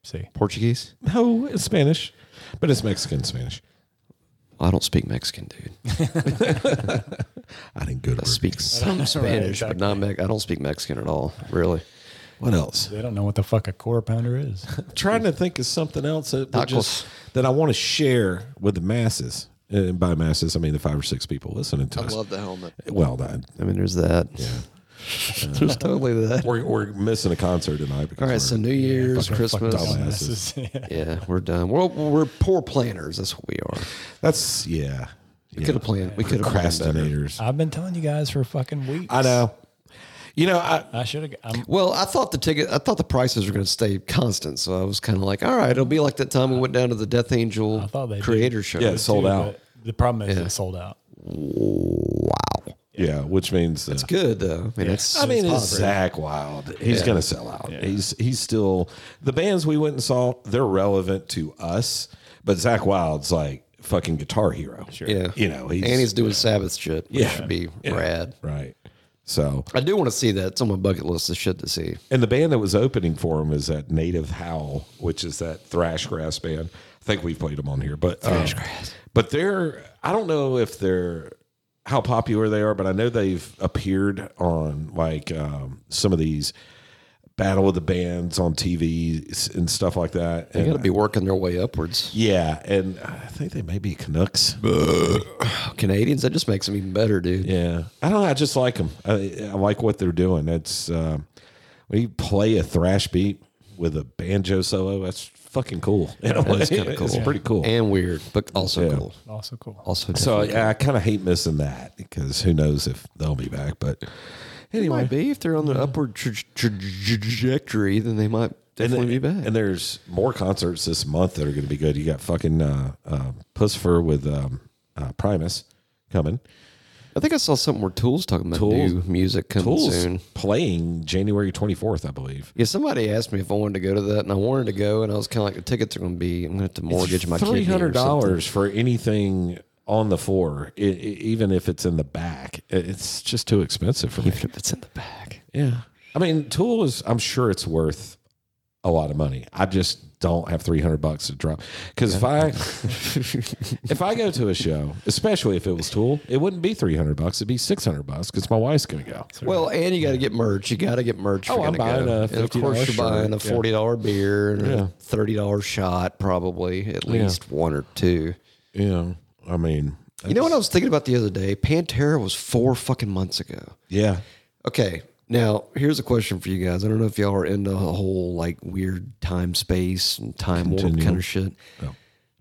S3: see.
S2: Portuguese?
S1: No, it's Spanish, but it's Mexican Spanish.
S2: I don't speak Mexican, dude.
S1: I didn't go to
S2: I speak some Spanish, but not Mex. I don't speak Mexican at all, really.
S1: What else?
S3: They don't know what the fuck a core pounder is.
S1: trying to think of something else that would
S2: Tacos.
S1: just, that I want to share with the masses. And by masses, I mean the five or six people listening to us.
S2: the helmet.
S1: well, that,
S2: I mean, there's that. there's totally that.
S1: we're, we're missing a concert tonight. Because
S2: All right,
S1: we're,
S2: so New Year's,
S3: Fucking fucked
S2: Christmas.
S3: dumbasses. Yeah.
S2: Yeah, we're done. We're we're poor planners. That's what we are.
S1: that's yeah.
S2: We could have planned. We could have planned better.
S1: Procrastinators.
S3: I've been telling you guys for fucking weeks.
S1: I know. You know, I,
S3: I should have.
S2: Well, I thought the ticket. I thought the prices were going to stay constant. So I was kind of like, all right, it'll be like that time we went down to the Death Angel
S3: I thought they did.
S2: Creator Show.
S1: yeah, it sold out.
S3: The problem is it sold out.
S2: Wow,
S1: Yeah, which means uh,
S2: good though. I mean, it's
S1: I mean, it's
S2: positive.
S1: Zach Wild. He's gonna sell out. He's he's still the bands we went and saw. They're relevant to us, but Zach Wild's like fucking guitar hero. Sure.
S2: Yeah.
S1: you know, he's,
S2: and he's doing Sabbath shit. Which
S1: Yeah.
S2: should be
S1: Yeah.
S2: rad.
S1: right. So
S2: I do want to see that. It's on my bucket list of shit to see.
S1: And the band that was opening for him is that Native Howl, which is that thrash grass band. I think we've played them on here, but um, but they're I don't know if they're how popular they are, but I know they've appeared on like um, some of these battle of the bands on TV and stuff like that.
S2: They
S1: And-
S2: got to be working their way upwards.
S1: yeah, and I think they may be Canucks.
S2: Canadians, that just makes them even better, dude.
S1: Yeah, I don't know. I just like them. I, I like what they're doing. It's um, when you play a thrash beat with a banjo solo. That's fucking cool. You know,
S2: That is kinda
S1: It's
S2: cool.
S1: pretty cool.
S2: And weird, but also
S1: Yeah.
S2: cool.
S3: Also cool.
S2: Also,
S1: so
S2: definitely-
S1: I, I kind of hate missing that because who knows if they'll be back. But
S2: They
S1: anyway,
S2: might be if they're on the upward tra- tra- trajectory, then they might
S1: and,
S2: definitely
S1: then-
S2: be back.
S1: and there's more concerts this month that are going to be good. You got fucking uh, uh, Pussifer with um, uh, Primus coming.
S2: I think I saw something where Tools talking about
S1: Tool's-
S2: new music coming
S1: Tools
S2: soon.
S1: playing January 24th, I believe.
S2: Yeah, somebody asked me if I wanted to go to that, and I wanted to go, and I was kind of like, the tickets are going to be. I'm going to have to mortgage my
S1: three
S2: kidney or
S1: hundred
S2: something.
S1: dollars for anything on the floor, i i even if it's in the back. I- It's just too expensive for me.
S2: even if it's in the back.
S1: Yeah, I mean, Tool is. I'm sure it's worth a lot of money. I just don't have three hundred bucks to drop because if I if I go to a show, especially if it was Tool, it wouldn't be three hundred bucks. It'd be six hundred bucks because my wife's gonna go.
S2: Well, and you got to get merch. You got to get merch. if
S1: Oh,
S2: you're
S1: I'm
S2: gonna
S1: buying
S2: go.
S1: a
S2: And of course,
S1: $50
S2: you're buying a
S1: shirt, yeah.
S2: forty dollar beer and
S1: Yeah.
S2: a thirty dollar shot, probably at least one or two.
S1: yeah, I mean,
S2: You know what I was thinking about the other day? Pantera was four fucking months ago.
S1: yeah,
S2: Okay. Now, here's a question for you guys. I don't know if y'all are into the whole like weird time space and time warp
S1: Continuum.
S2: kind of shit.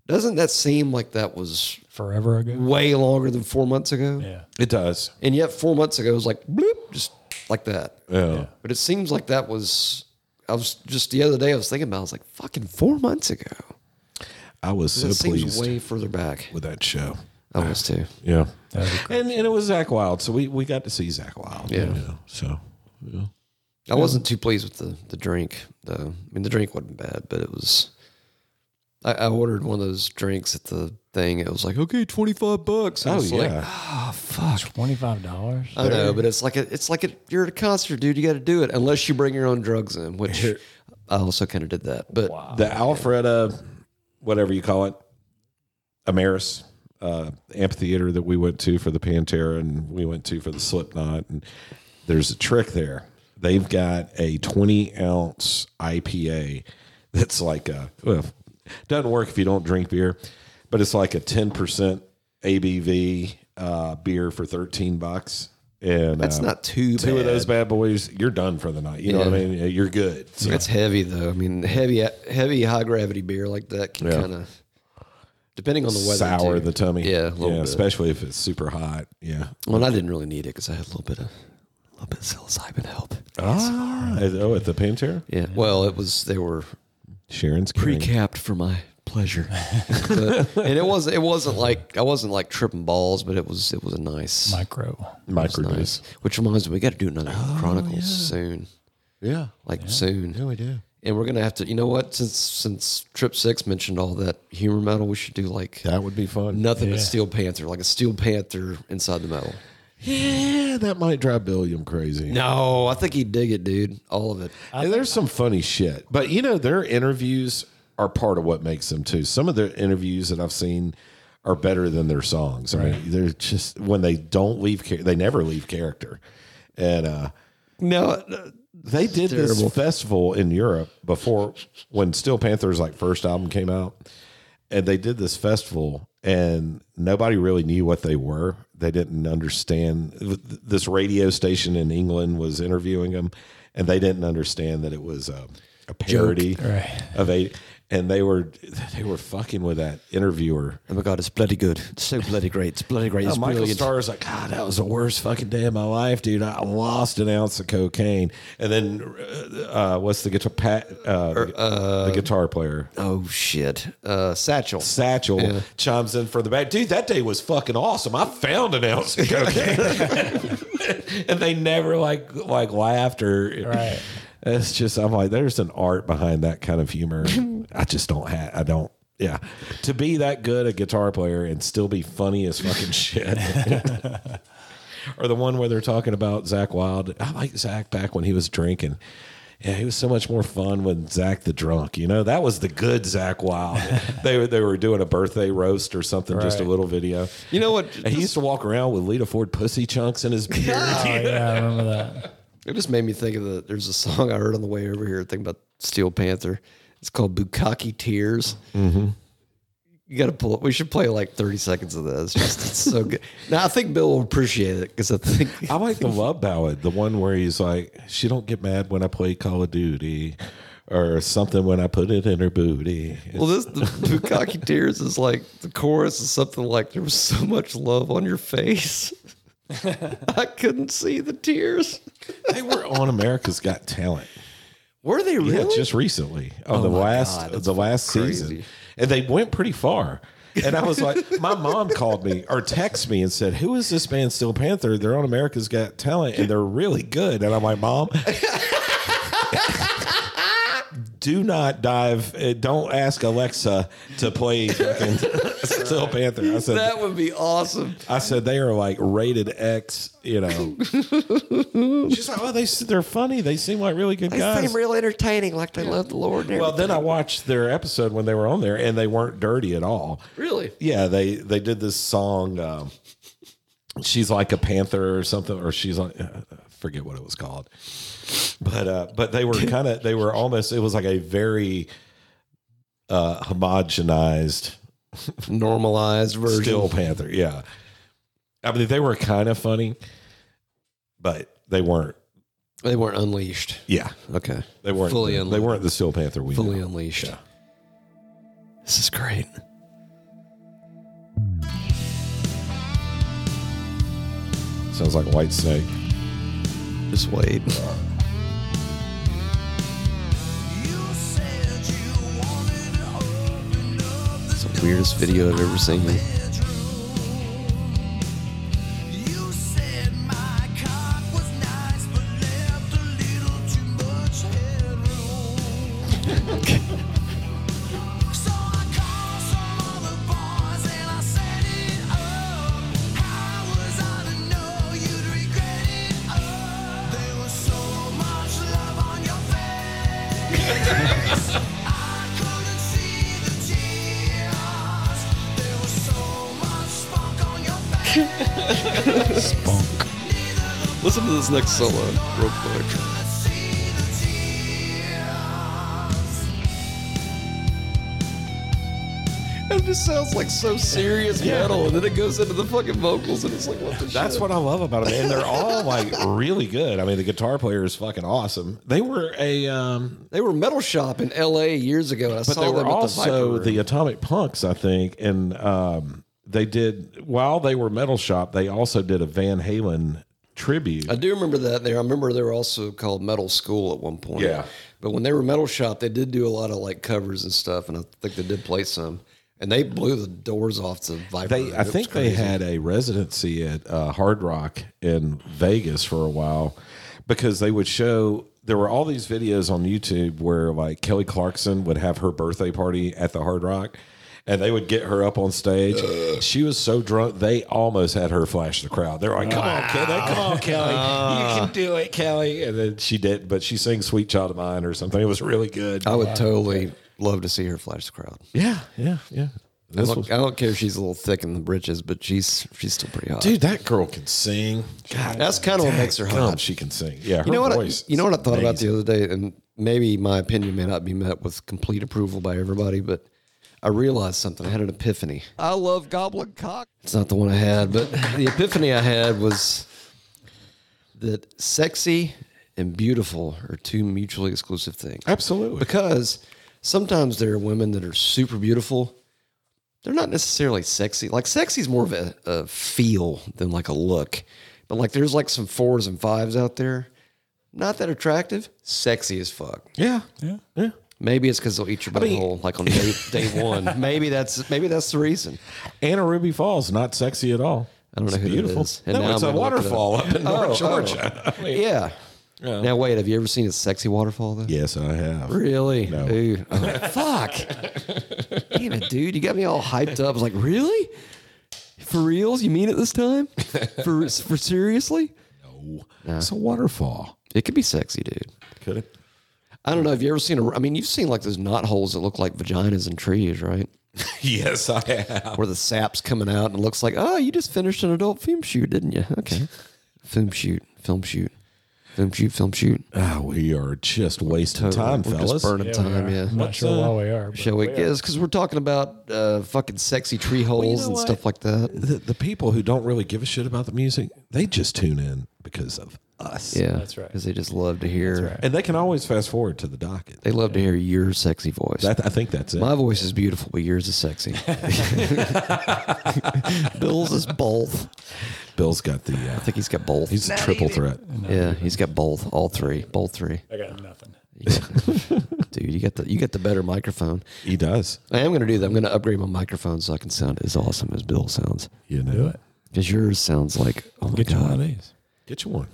S2: Doesn't that seem like that was
S3: Forever ago.
S2: way longer than four months ago?
S3: Yeah.
S1: it does.
S2: And yet, four months ago it was like bloop, just like that.
S1: yeah.
S2: But it seems like that was. I was just the other day. I was thinking about. it, I was like, "Fucking four months ago."
S1: I was so
S2: It seems
S1: pleased
S2: way further back.
S1: with that show.
S2: I was too.
S1: Yeah.
S3: That'd be cool.
S1: And and it was Zach Wild, so we, we got to see Zach Wild. Oh,
S2: Yeah.
S1: so
S2: I wasn't too pleased with the the drink though. I mean, the drink wasn't bad, but it was. I, I ordered one of those drinks at the thing. It was like, okay, twenty five bucks. I
S1: oh
S2: was
S1: yeah,
S2: like, fuck.
S3: Twenty five dollars.
S2: I know, but it's like a, it's like a, you're at a concert, dude. You got to do it unless you bring your own drugs in, which I also kind of did that. But
S1: the Alfreda, whatever you call it, Amaris uh, amphitheater that we went to for the Pantera and we went to for the Slipknot, and there's a trick there. They've got a 20 ounce IPA that's like a well, doesn't work if you don't drink beer, but it's like a 10 percent ABV uh, beer for 13 bucks. And
S2: that's
S1: uh,
S2: not too
S1: two
S2: bad.
S1: of those bad boys, you're done for the night. You know what I mean? You're good. So,
S2: That's heavy though. I mean, heavy, heavy, high gravity beer like that can
S1: Yeah.
S2: kind of, depending on the weather,
S1: sour
S2: too.
S1: the tummy.
S2: Yeah, a little
S1: yeah,
S2: bit.
S1: especially if it's super hot. Yeah.
S2: Well, I didn't really need it because I had a little bit of, a little bit of psilocybin help.
S1: Ah, oh, at the Pantera,
S2: Yeah. Well, it was they were
S1: Sharon's carrying-
S2: pre-capped for my pleasure, But- and it was it wasn't like I wasn't like tripping balls, but it was it was a nice,
S3: Micro.
S1: microdose.
S2: nice. Which reminds me, we got to do another Chronicles soon.
S1: Yeah,
S2: like soon.
S1: no, I do.
S2: And we're gonna have to, you know what? Since since Trip Six mentioned all that humor metal, we should do like
S1: That would be fun.
S2: nothing but
S3: Yeah.
S2: Steel Panther, like a Steel Panther inside the metal.
S1: Yeah, that might drive Billiam crazy.
S2: No, I think he'd dig it, dude. All of it.
S1: and there's some funny shit, but you know their interviews are part of what makes them too. Some of the interviews that I've seen are better than their songs. I mean, they're just when they don't leave, char- they never leave character, and uh,
S2: No, uh,
S1: They did
S2: Terrible.
S1: this festival in Europe before when Steel Panther's like first album came out, and they did this festival, and nobody really knew what they were. They didn't understand. This radio station in England was interviewing them, and they didn't understand that it was a, a parody
S3: Right.
S1: of a. And they were they were fucking with that interviewer. Oh,
S2: oh my god, it's bloody good. It's so bloody great. It's bloody great. It's
S1: Michael
S2: brilliant.
S1: Starr was like, God, that was the worst fucking day of my life, dude. I lost an ounce of cocaine. And then, uh, uh, what's the guitar? Pat, uh, the- the guitar player.
S2: oh shit, uh, Satchel.
S1: Satchel chimes in for the back. Dude, that day was fucking awesome. I found an ounce of cocaine. and they never like like laughed or
S3: Right.
S1: it's just I'm like, there's an art behind that kind of humor. I just don't have I don't yeah. To be that good a guitar player and still be funny as fucking shit. or the one where they're talking about Zach Wild. I like Zach back when he was drinking. Yeah, he was so much more fun when Zach the drunk. You know, that was the good Zach Wild. they were they were doing a birthday roast or something, just a little video.
S2: You know what?
S1: And he used to walk around with Lita Ford pussy chunks in his beard.
S3: Oh, yeah, I remember that.
S2: It just made me think of the. There's a song I heard on the way over here. Think about Steel Panther. It's called Bukaki Tears.
S1: Mm-hmm.
S2: You got to pull it. We should play like 30 seconds of this. Just it's so good. Now I think Bill will appreciate it because I think
S1: I like the love ballad, the one where he's like, "She don't get mad when I play Call of Duty." Or something when I put it in her booty.
S2: Well, this the Bukaki Tears is like the chorus is something like there was so much love on your face. I couldn't see the tears.
S1: They were on America's Got Talent.
S2: Were they really? Oh
S1: Yeah, just recently on the last the last season,
S2: crazy.
S1: and they went pretty far. And I was like, my mom called me or texted me and said, "Who is this band, Steel Panther? They're on America's Got Talent, and they're really good." And I'm like, "Mom." Do not dive. uh, Don't ask Alexa to play fucking Steel Panther. I said
S2: that would be awesome.
S1: I said they are like rated X. You know, she's like, "Oh, they s- they're funny. They seem like really good guys."
S2: real entertaining, like they love the Lord.
S1: Well, then I watched their episode when they were on there, and they weren't dirty at all.
S2: really,
S1: Yeah, they they did this song. Um, she's like a panther or something, or she's like I forget what it was called. But uh, but they were kind of they were almost it was like a very uh, homogenized
S2: normalized version.
S1: steel panther. Yeah, I mean they were kind of funny, but they weren't.
S2: They weren't unleashed.
S1: Yeah,
S2: Okay,
S1: they weren't.
S2: Fully
S1: the, they
S2: unleashed.
S1: weren't the steel panther we
S2: fully
S1: know.
S2: unleashed. This is great.
S1: Sounds like White Snake.
S2: Just wait. It's the weirdest video I've ever seen. Listen to this next solo, real quick. It just sounds like so serious metal, and then it goes into the fucking vocals, and it's like, what the
S1: That's
S2: shit?
S1: what I love about them, and they're all like really good. I mean, the guitar player is fucking awesome. They were a, um,
S2: They were metal shop in L.A. years ago. And I
S1: but
S2: saw
S1: they were
S2: them at
S1: also
S2: the, Viper
S1: the,
S2: Room.
S1: Atomic Punks, I think, and um, they did while they were metal shop. They also did a Van Halen tribute.
S2: I do remember that there. I remember they were also called Metal School at one point.
S1: Yeah.
S2: But when they were Metal Shop, they did do a lot of like covers and stuff, and I think they did play some. And they blew the doors off the Viper.
S1: They,
S2: Room.
S1: I
S2: It was
S1: think they
S2: crazy.
S1: had a residency at uh, Hard Rock in Vegas for a while because they would show. There were all these videos on YouTube where like Kelly Clarkson would have her birthday party at the Hard Rock, and they would get her up on stage. She was so drunk they almost had her flash the crowd. They're like, "Come on, Kelly! Come on, Kelly! you can do it, Kelly!" And then she did, but she sang "Sweet Child of Mine" or something. It was really good.
S2: I would totally love to see her flash the crowd.
S1: yeah, yeah, yeah.
S2: I
S1: This was,
S2: don't, I don't care if she's a little thick in the britches, but she's she's still pretty hot.
S1: dude, that girl can sing. God,
S2: that's kind of what makes her
S1: God,
S2: hot.
S1: she can sing. Yeah, her
S2: you know what? I,
S1: voice.
S2: you know what I thought about
S1: amazing.
S2: the other day, and maybe my opinion may not be met with complete approval by everybody, but I realized something. I had an epiphany. I love goblin cock. It's not the one I had, but the epiphany I had was that sexy and beautiful are two mutually exclusive things.
S1: Absolutely.
S2: Because sometimes there are women that are super beautiful. They're not necessarily sexy. Like sexy is more of a, a feel than like a look. But like there's like some fours and fives out there. Not that attractive, sexy as fuck.
S1: Yeah, yeah, yeah.
S2: Maybe it's because they'll eat your
S1: mean-
S2: butthole like on day, day one. Maybe that's maybe that's the reason.
S1: Anna Ruby Falls, not sexy at all.
S2: I don't know
S1: It's
S2: who that
S1: beautiful.
S2: is. And
S1: No,
S2: now
S1: it's
S2: I'm
S1: a
S2: gonna look it up.
S1: waterfall up in North
S2: Oh,
S1: Georgia. I mean-
S2: Yeah. Now wait, have you ever seen a sexy waterfall though?
S1: Yes, I have.
S2: Really?
S1: No.
S2: Ooh. Oh, fuck. Damn it, dude. You got me all hyped up. I was like, really? For reals? You mean it this time? For for seriously?
S1: It's a waterfall.
S2: It could be sexy, dude.
S1: Could it?
S2: I don't know. Have you ever seen a? I mean, you've seen like those knot holes that look like vaginas in trees, right?
S1: yes, I have.
S2: Where the sap's coming out and it looks like, oh, you just finished an adult film shoot, didn't you? Okay, film shoot, film shoot, film shoot, film shoot.
S1: Ah, we are just wasting
S2: Totally.
S1: time,
S2: We're
S1: fellas.
S2: just burning
S3: Yeah, we
S2: time.
S3: are.
S2: Yeah.
S3: I'm not sure
S1: uh,
S3: why we are. but
S2: Shall we?
S3: are.
S2: Is because we're talking about uh, fucking sexy tree holes
S1: know
S2: and
S1: what?
S2: stuff like that.
S1: The, the people who don't really give a shit about the music, they just tune in because of us.
S2: Yeah,
S3: That's right.
S2: Because they just love to hear.
S3: That's right.
S1: And they can always fast forward to the docket.
S2: They love to hear your sexy voice.
S1: That, I think that's it.
S2: My voice is beautiful, but yours is sexy. Bill's is both.
S1: Bill's got the. Uh,
S2: I think he's got both.
S1: he's a triple threat.
S2: yeah, he's got both. All three. Both three.
S3: I got nothing.
S2: Dude, you got the you got the better microphone.
S1: He does.
S2: I am gonna do that. I'm gonna upgrade my microphone so I can sound as awesome as Bill sounds.
S1: You know.
S3: Do it.
S2: Because yours sounds like oh my
S3: Get you one of
S2: god,
S3: these.
S1: Get you one.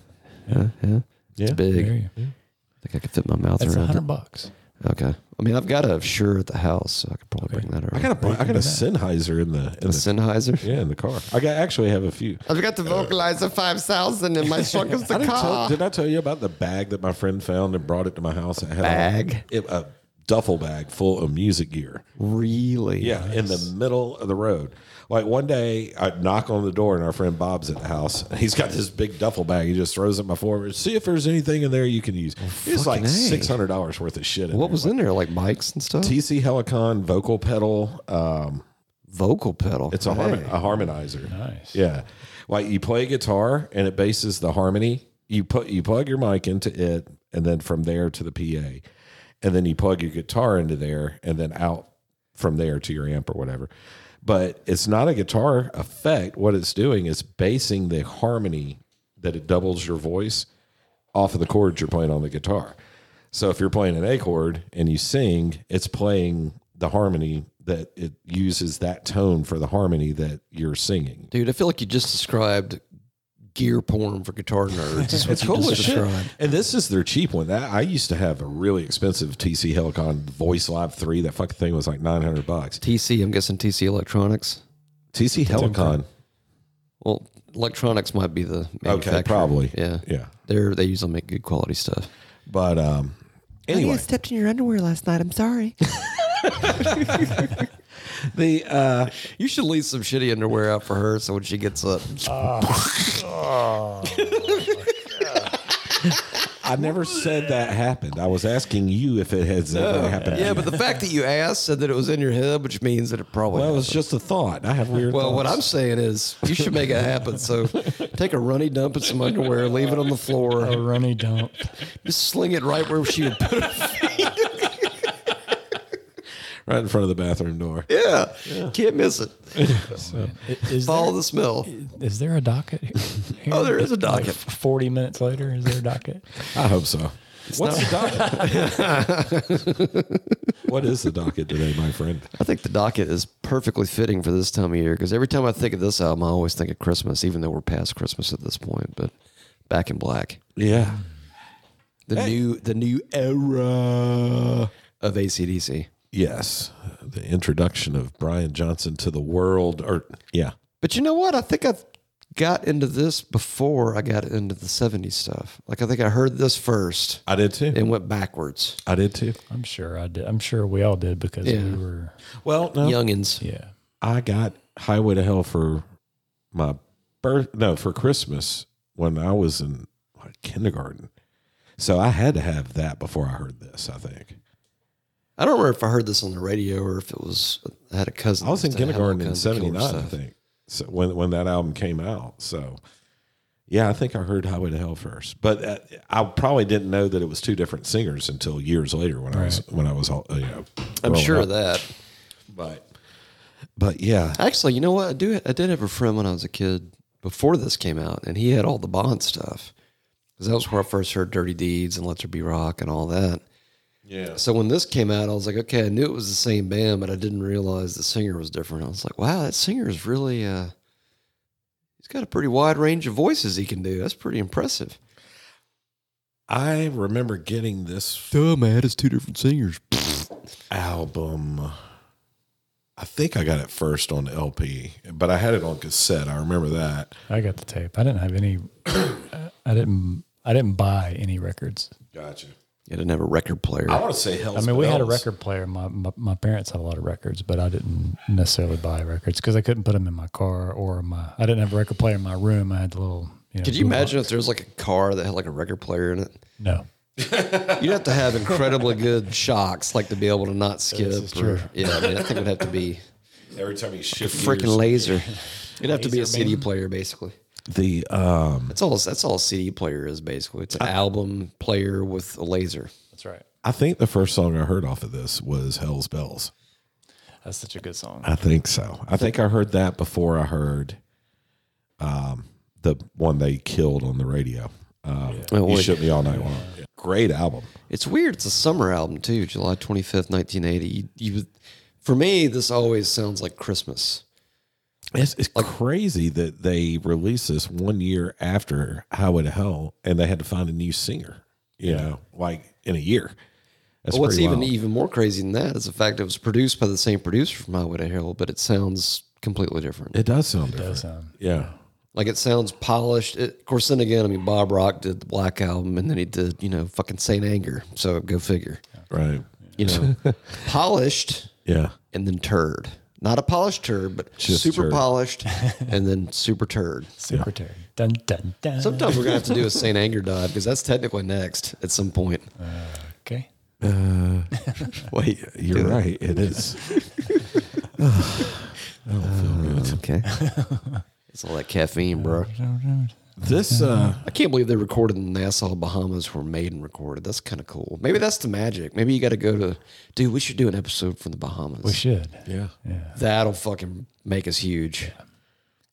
S2: yeah, yeah,
S1: Yeah.
S2: it's big.
S3: There you go.
S2: I think I could fit my mouth
S3: That's a
S2: around
S3: hundred bucks.
S2: it. Okay. I mean, I've got a Shure at the house, so I could probably bring that around.
S1: I got a, I got a Sennheiser in the in
S2: a
S1: the
S2: Sennheiser.
S1: yeah in the car. I got actually have a few.
S2: I've got the Vocalizer 5000 in my trunk of
S1: I
S2: the
S1: didn't tell, did I tell you about the bag that my friend found and brought it to my house? It had
S2: Bag?
S1: a, it- a duffel bag full of music gear.
S2: Really?
S1: Yeah, in the middle of the road. Like one day, I knock on the door and our friend Bob's at the house. And he's got this big duffel bag. He just throws it in my floor. See if there's anything in there you can use. it's like
S2: fucking A.
S1: six hundred dollars worth of shit. In
S2: What
S1: there.
S2: was
S1: Like
S2: in there? Like mics and stuff?
S1: TC Helicon vocal pedal? Um,
S2: Vocal pedal.
S1: it's a, harmon- a harmonizer.
S3: Nice.
S1: Yeah. Like you play guitar and it bases the harmony. You put you plug your mic into it and then from there to the PA. And then you plug your guitar into there and then out from there to your amp or whatever. But it's not a guitar effect. What it's doing is basing the harmony that it doubles your voice off of the chords you're playing on the guitar. So if you're playing an A chord and you sing, it's playing the harmony that it uses that tone for the harmony that you're singing.
S2: Dude, I feel like you just described gear porn for guitar nerds. Is what
S1: It's
S2: you
S1: cool
S2: just
S1: as shit.
S2: described.
S1: And this is their cheap one. That I used to have a really expensive TC Helicon Voice Live 3. That fucking thing was like 900 bucks.
S2: TC, I'm guessing TC Electronics.
S1: TC Helicon.
S2: Well, electronics might be the manufacturer.
S1: Okay, probably.
S2: Yeah.
S1: Yeah.
S2: They're, they usually make good quality stuff.
S1: But um anyway,
S2: Oh, stepped in your underwear last night. I'm sorry.
S1: the uh
S2: you should leave some shitty underwear out for her so when she gets up.
S1: I never said that happened. I was asking you if it has ever happened. to
S2: Yeah,
S1: you.
S2: but the fact that you asked said that it was in your head, which means that it probably
S1: well, it was
S2: happened.
S1: just a thought. I have weird
S2: Well, what
S1: thoughts.
S2: I'm saying is, you should make it happen. So, take a runny dump in some underwear, leave it on the
S3: A
S2: floor,
S3: runny dump.
S2: just sling it right where she would put it.
S1: right in front of the bathroom door.
S2: Yeah, can't miss it.
S3: I- Is
S2: Follow
S3: there,
S2: the smell.
S3: is there a docket? here?
S2: Oh, there is a
S3: Like
S2: docket.
S3: 40 minutes later, is there a docket?
S1: I hope so. What's the docket? what is the docket today, my friend?
S2: I think the docket is perfectly fitting for this time of year because every time I think of this album, I always think of Christmas, even though we're past Christmas at this point. But Back in Black,
S1: Yeah.
S2: the new the new era of ACDC.
S1: Yes, the introduction of Brian Johnson to the world, or yeah,
S2: But you know what? I think I've got into this before I got into the 70s stuff. Like, I think I heard this first
S1: I did too.
S2: and went backwards.
S1: I did too.
S3: I'm sure I did. I'm sure we all did because we were.
S1: Well, no,
S2: Youngins.
S3: Yeah.
S1: I got Highway to Hell for my birth, no, for Christmas when I was in like, kindergarten. So I had to have that before I heard this. I think
S2: I don't remember if I heard this on the radio or if it was, I had a cousin.
S1: I was in
S2: that had all
S1: kindergarten in
S2: kinds of killer
S1: '79. I
S2: stuff.
S1: think so when when that album came out. So yeah, I think I heard Highway to Hell first, but uh, I probably didn't know that it was two different singers until years later when I was when I was all you know.
S2: I'm
S1: growing
S2: sure
S1: up.
S2: of that.
S1: but but yeah,
S2: Actually, you know what? I do. I did have a friend when I was a kid before this came out, and he had all the Bond stuff because that was where I first heard "Dirty Deeds" and "Let There Be Rock" and all that.
S1: yeah,
S2: So when this came out, I was like, okay, I knew it was the same band, but I didn't realize the singer was different. I was like, wow, that singer is really. Uh, he's got a pretty wide range of voices he can do. That's pretty impressive.
S1: I remember getting this
S5: Duh, man, it's two different singers.
S1: album. I think I got it first on LP, but I had it on cassette. I remember that.
S3: I got the tape. I didn't have any. I didn't. I didn't buy any records.
S1: Gotcha.
S2: I didn't have a record player.
S1: I want to say Hell's
S3: I mean, we had a
S1: Bells.
S3: record player. My, my my parents had a lot of records, but I didn't necessarily buy records because I couldn't put them in my car or my. I didn't have a record player in my room. I had the little. You know,
S2: Could you
S3: boom-
S2: imagine if there was like a car that had like a record player in it?
S3: No,
S2: You'd have to have incredibly good shocks, like to be able to not skip.
S3: is
S2: or-
S3: true.
S2: Yeah, I mean, I think it'd have to be
S1: Every time you
S2: a
S1: shift
S2: freaking
S1: freaking
S2: laser. It'd have to be a CD player, basically.
S1: the um,
S2: That's all. That's all a CD player is basically. It's an album player with a laser.
S3: that's right.
S1: I think the first song I heard off of this was Hell's Bells.
S3: That's such a good song.
S1: I think so. I think I heard that before I heard um the one they killed on the radio. Um,
S2: Oh,
S1: you
S2: wait.
S1: shook me all night long. Great album.
S2: It's weird. It's a summer album too. July twenty fifth, nineteen eighty. You, you, for me, this always sounds like Christmas.
S1: It's, it's crazy that they released this one year after Highway to Hell, and they had to find a new singer. You know, like in a year. That's
S2: But what's
S1: pretty
S2: even e-
S1: wild.
S2: even more crazy than that is the fact it was produced by the same producer from Highway to Hell, but it sounds completely different.
S1: It does sound different.
S3: Does sound
S1: Yeah.
S2: Like it sounds polished. It, of course, then again, I mean, Bob Rock did the Black album, and then he did you know fucking Saint Anger. So go figure.
S1: Right.
S2: You know, polished
S1: Yeah.
S2: and then turd. Not a polished turd, but
S1: Just
S2: super
S1: turd.
S2: polished and then super turd.
S3: super terrible. Dun dun dun.
S2: Sometimes we're gonna have to do a Saint Anger dive because that's technically next at some point.
S1: Oh,
S3: Okay.
S1: Wait, you're right. It is. Uh,
S2: Okay, it's all that caffeine, bro.
S1: This uh
S2: I can't believe they recorded in Nassau, Bahamas, where Maiden recorded. That's kind of cool. Maybe that's the magic. Maybe you got to go to, dude. We should do an episode from the Bahamas.
S3: We should.
S1: yeah.
S2: That'll fucking make us huge.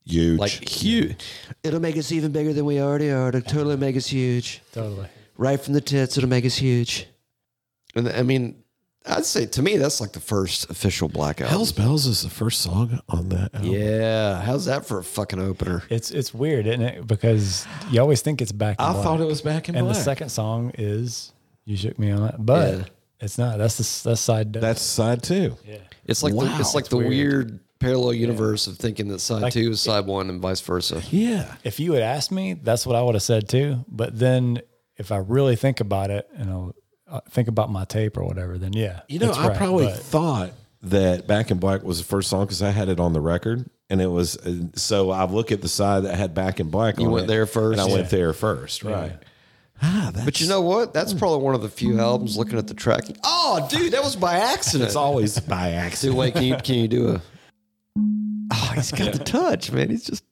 S1: Huge.
S2: Like huge. It'll make us even bigger than we already are. It'll totally make us huge.
S3: Totally.
S2: right from the tits. It'll make us huge. And I mean, I'd say to me that's like the first official Black album.
S1: Hell's Bells is the first song on that album.
S2: yeah, how's that for a fucking opener?
S3: It's it's weird, isn't it? Because you always think it's back. in
S1: I
S3: Black.
S1: thought it was back in
S3: And
S1: black.
S3: the second song is "You Shook Me On It," but
S2: Yeah.
S3: it's not. That's the that's side. note.
S1: That's side two.
S2: It's like the,
S1: Wow,
S2: it's like
S1: it's
S2: the weird. parallel universe of thinking that side two is side one and vice versa.
S1: Yeah.
S3: if you had asked me, that's what I would have said too. But then if I really think about it and I'll, uh, think about my tape or whatever, then yeah,
S1: You know,
S3: that's
S1: I
S3: right.
S1: probably
S3: But
S1: thought that Back in Black was the first song because I had it on the record. And it was and so I look at the side that had Back in Black.
S2: You
S1: on
S2: went
S1: it,
S2: there first?
S1: and I
S2: Yeah.
S1: went there first, right? Ah, that's
S2: But you know what? That's probably one of the few albums looking at the track. Oh, dude, that was by accident.
S1: it's always by
S2: dude,
S1: accident.
S2: wait, can you can you do a? Oh, he's got the touch, man. He's just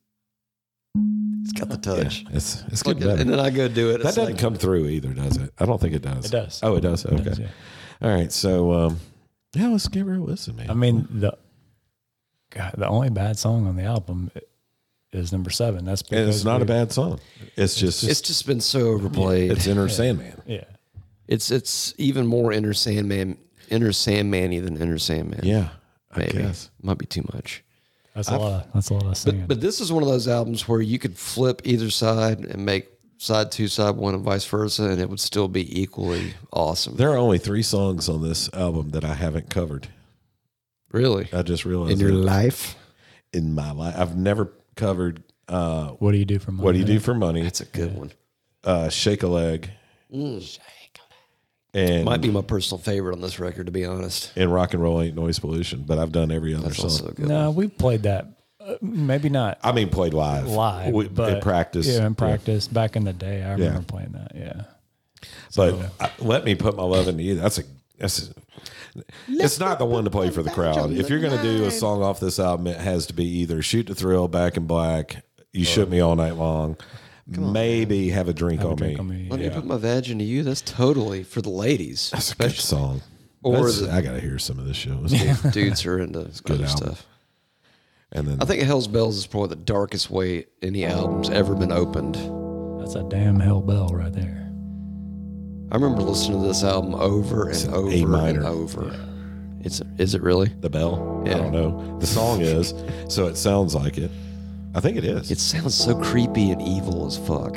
S2: he's got the touch.
S1: It's it's
S2: Look
S1: getting
S2: at-
S1: better.
S2: and then I go do it.
S1: that
S2: It's
S1: doesn't
S2: like,
S1: come through either, does it? I don't think it does.
S3: It does.
S1: Oh, it does. Okay.
S3: does, yeah.
S1: All right. So um, yeah, let's give her a listen, man.
S3: I mean the God, the only bad song on the album is number seven. That's
S1: and
S3: because
S1: it's not
S3: we-
S1: a bad song. It's just
S2: it's
S1: it's,
S2: just been so overplayed.
S1: it's Inner Sandman.
S3: Yeah,
S2: It's it's even more inner Sandman, inner Sandman-y than inner Sandman.
S1: Yeah, I
S2: maybe
S1: guess.
S2: might be too much.
S3: that's a lot. Of, that's a lot of singing.
S2: But this is one of those albums where you could flip either side and make side two, side one, and vice versa, and it would still be equally awesome.
S1: There are only three songs on this album that I haven't covered.
S2: really,
S1: I just realized
S2: in your
S1: that.
S2: life,
S1: in my life. I've never covered uh,
S3: what do you do for money?
S1: What Do You Do for Money,
S2: that's a good one. Mm.
S1: uh, Shake a Leg, and,
S2: Might be my personal favorite on this record, to be honest.
S1: and Rock and Roll Ain't Noise Pollution, but I've done every other
S2: It's
S1: song.
S2: also a good.
S3: No, we played that. Uh, maybe not
S1: I mean, played live.
S3: live,
S1: We-
S3: but
S1: in practice.
S3: Yeah, in practice. Back in the day, I remember
S1: Yeah.
S3: playing that. Yeah.
S1: But I, Let Me Put My Love Into You, that's a. That's a it's not the one to play for the crowd. If you're going to do a song off this album, it has to be either Shoot the Thrill, Back in Black, You Shook Me All Night Long, maybe Have a Drink, on,
S3: Drink
S1: me.
S3: on me.
S2: Let me put my vag into you. That's totally for the ladies,
S1: That's a good song.
S2: Or
S1: That's-
S2: the-
S1: I got to hear some of this shit.
S2: dudes are into other
S1: album.
S2: stuff.
S1: And then
S2: I think Hell's Bells is probably the darkest way any album's ever been opened.
S3: That's a damn hell bell right there.
S2: I remember listening to this album over and
S1: an
S2: over
S1: A minor.
S2: and over. It's is it really?
S1: the bell.
S2: Yeah.
S1: I don't know. The song is, so it sounds like it. I think it is.
S2: It sounds so creepy and evil as fuck.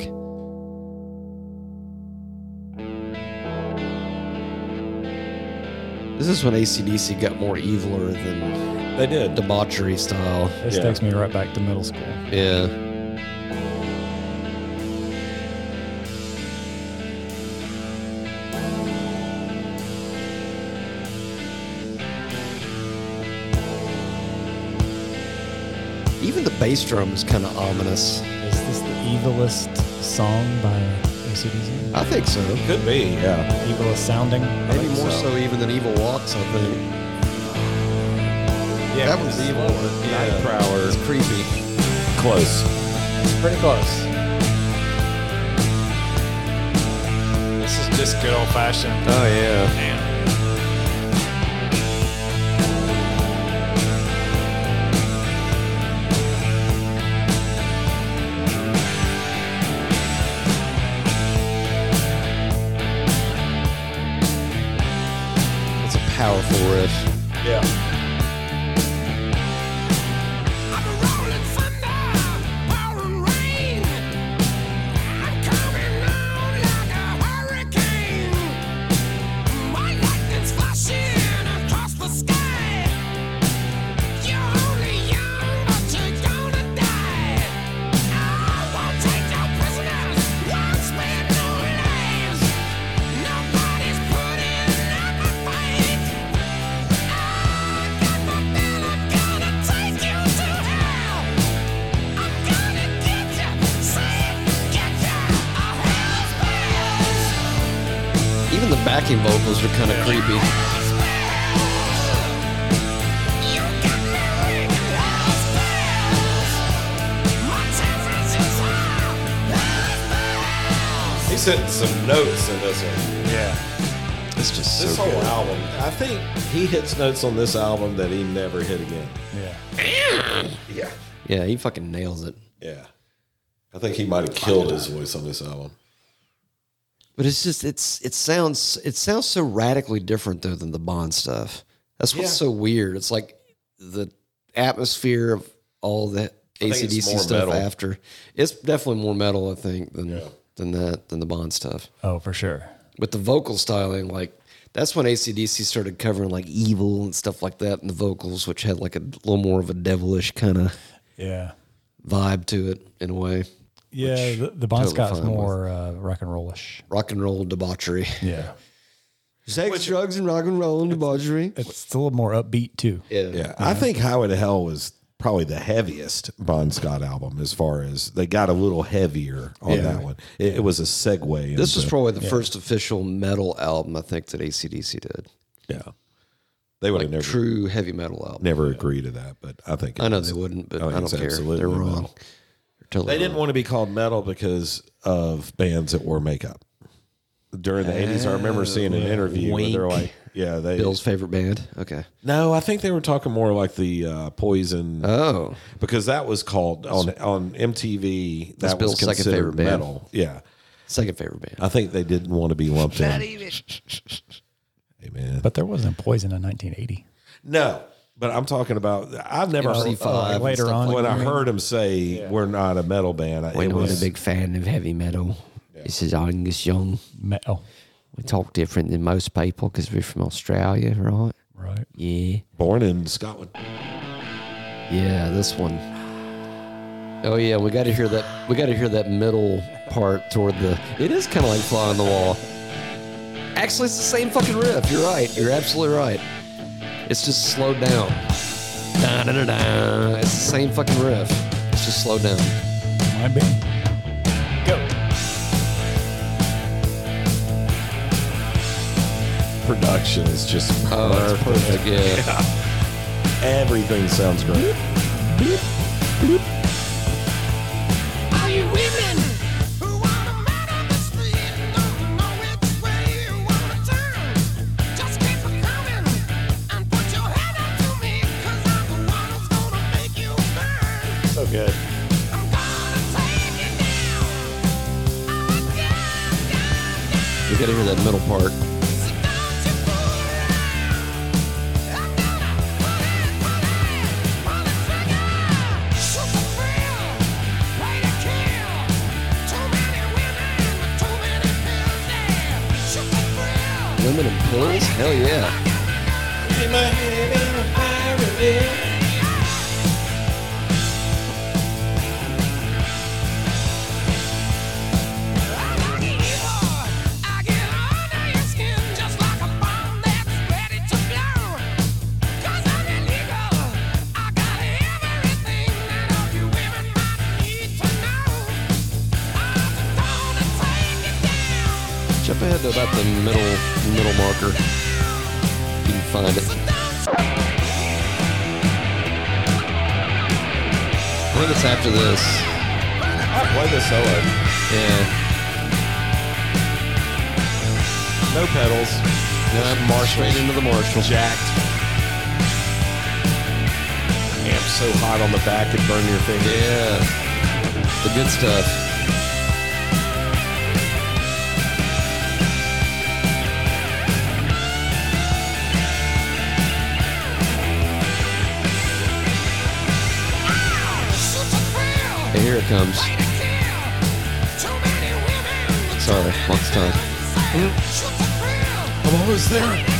S2: This is when ACDC got more eviler than
S1: they did.
S2: debauchery style.
S3: This
S1: Yeah.
S3: takes me right back to middle school.
S2: Yeah. Even the bass drum is kind of ominous.
S3: Is this the evilest song by ACDC?
S2: I think so.
S1: Could be, yeah.
S3: Evilest sounding?
S2: Maybe more so. even than Evil Walks, I think.
S1: Yeah,
S2: that one's the evil one.
S1: Night Prowler.
S2: It's creepy.
S1: Close.
S3: Pretty close. This is just good old fashioned.
S2: Oh, yeah.
S3: Damn.
S2: It's a powerful riff.
S3: Yeah.
S7: I'm a rolling thunder, pouring rain. I'm coming on like a hurricane. My lightning's flashing across the sky. You're only young, but you're gonna die. I won't take no prisoners, won't spare no lives. Nobody's putting up a fight.
S2: Even the backing vocals are kind of creepy.
S1: He's hitting some notes in this one.
S3: Yeah.
S2: It's just
S1: This
S2: so
S1: whole
S2: good.
S1: album, I think he hits notes on this album that he never hit again.
S3: Yeah.
S1: Yeah.
S2: Yeah, he fucking nails it.
S1: Yeah. I think he might have killed his voice on this album.
S2: But it's just it's it sounds it sounds so radically different though than the Bond stuff. That's what's so weird. It's like the atmosphere of all that
S1: think it's
S2: ACDC
S1: more
S2: stuff
S1: metal.
S2: after. It's definitely more metal, I think, than than that than the Bond stuff.
S3: Oh, for sure.
S2: But the vocal styling, like that's when ACDC started covering like evil and stuff like that in the vocals, which had like a little more of a devilish kind of
S3: Yeah.
S2: vibe to it in a way.
S3: Yeah. the, the Bon
S2: totally
S3: Scott's
S2: fine with.
S3: more uh, rock and rollish.
S2: Rock and roll debauchery.
S3: Yeah.
S2: Sex, drugs, and rock and roll and debauchery.
S3: It's a little more upbeat too.
S2: Yeah.
S1: Yeah. I think Highway to Hell was probably the heaviest Bon Scott album as far as they got a little heavier on that one. It, it was a segue.
S2: This was
S1: into-
S2: probably the first official metal album I think that ACDC did.
S1: yeah. They would have never
S2: True heavy metal album.
S1: never agree to that, but I think it
S2: I know
S1: was-
S2: they wouldn't, but
S1: Oh,
S2: I don't
S1: it's
S2: care.
S1: absolutely
S2: They're wrong.
S1: metal.
S2: They're totally
S1: They didn't
S2: wrong.
S1: want to be called metal because of bands that wore makeup. During the 80s, I remember seeing an interview where they're
S2: Wink.
S1: like, yeah, they
S2: Bill's favorite band. Okay.
S1: No, I think they were talking more like the uh, Poison
S2: Oh.
S1: because that was called on on MTV.
S2: That's
S1: That was
S2: Bill's second
S1: considered
S2: favorite band.
S1: metal. Yeah,
S2: Second favorite band.
S1: I think they didn't want to be lumped in. Hey, man.
S3: But there wasn't poison in 1980.
S1: no, but I'm talking about. I've never uh,
S2: MC5 and
S3: later
S2: stuff
S3: on.
S1: when
S3: I
S1: I
S3: mean,
S1: heard him say we're not a metal band. I, it
S8: When I was
S1: was
S8: a big fan of heavy metal, this is Angus Young.
S3: metal,
S8: We talk different than most people because we're from Australia, right?
S3: right?
S8: Yeah.
S1: born in Scotland.
S2: Yeah, this one. Oh yeah, we got to hear that. We got to hear that middle part toward the. It is kind of like fly on the wall. Actually, it's the same fucking riff. You're right. You're absolutely right. It's just slowed down. Da, da, da, da. It's the same fucking riff. It's just slowed down. Oh,
S3: My band.
S1: Production is just
S2: Oh, it's perfect. Yeah.
S1: everything sounds great.
S3: So good.
S2: We got to hear that middle part. Women and pills? Hell yeah.
S7: Cause I'm illegal, I got everything that I
S2: to about the middle middle marker. You can find it. I think it's after this.
S1: I play the solo.
S2: Yeah.
S1: No pedals.
S2: Now I'm marching into the Marshall.
S1: Jacked. Amp so hot on the back it burn your finger.
S2: Yeah. The good stuff. And here it comes. Sorry, lost time.
S1: I'm almost there.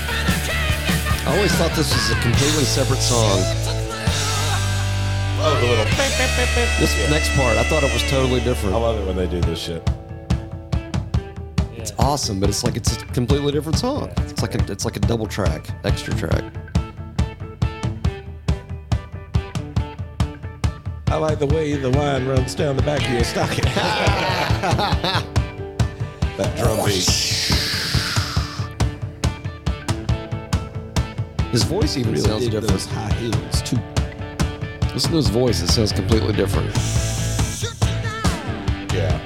S2: I always thought this was a completely separate song.
S1: Oh, the little.
S2: This next part, I thought it was totally different.
S1: I love it when they do this shit.
S2: It's awesome, but it's like it's a completely different song. It's like a, it's like a double track, extra track.
S1: I like the way the line runs down the back of your stocking. that drum beat.
S2: His voice even sounds
S1: Did
S2: different.
S1: those high heels too.
S2: Listen to his voice; it sounds completely different.
S1: Yeah.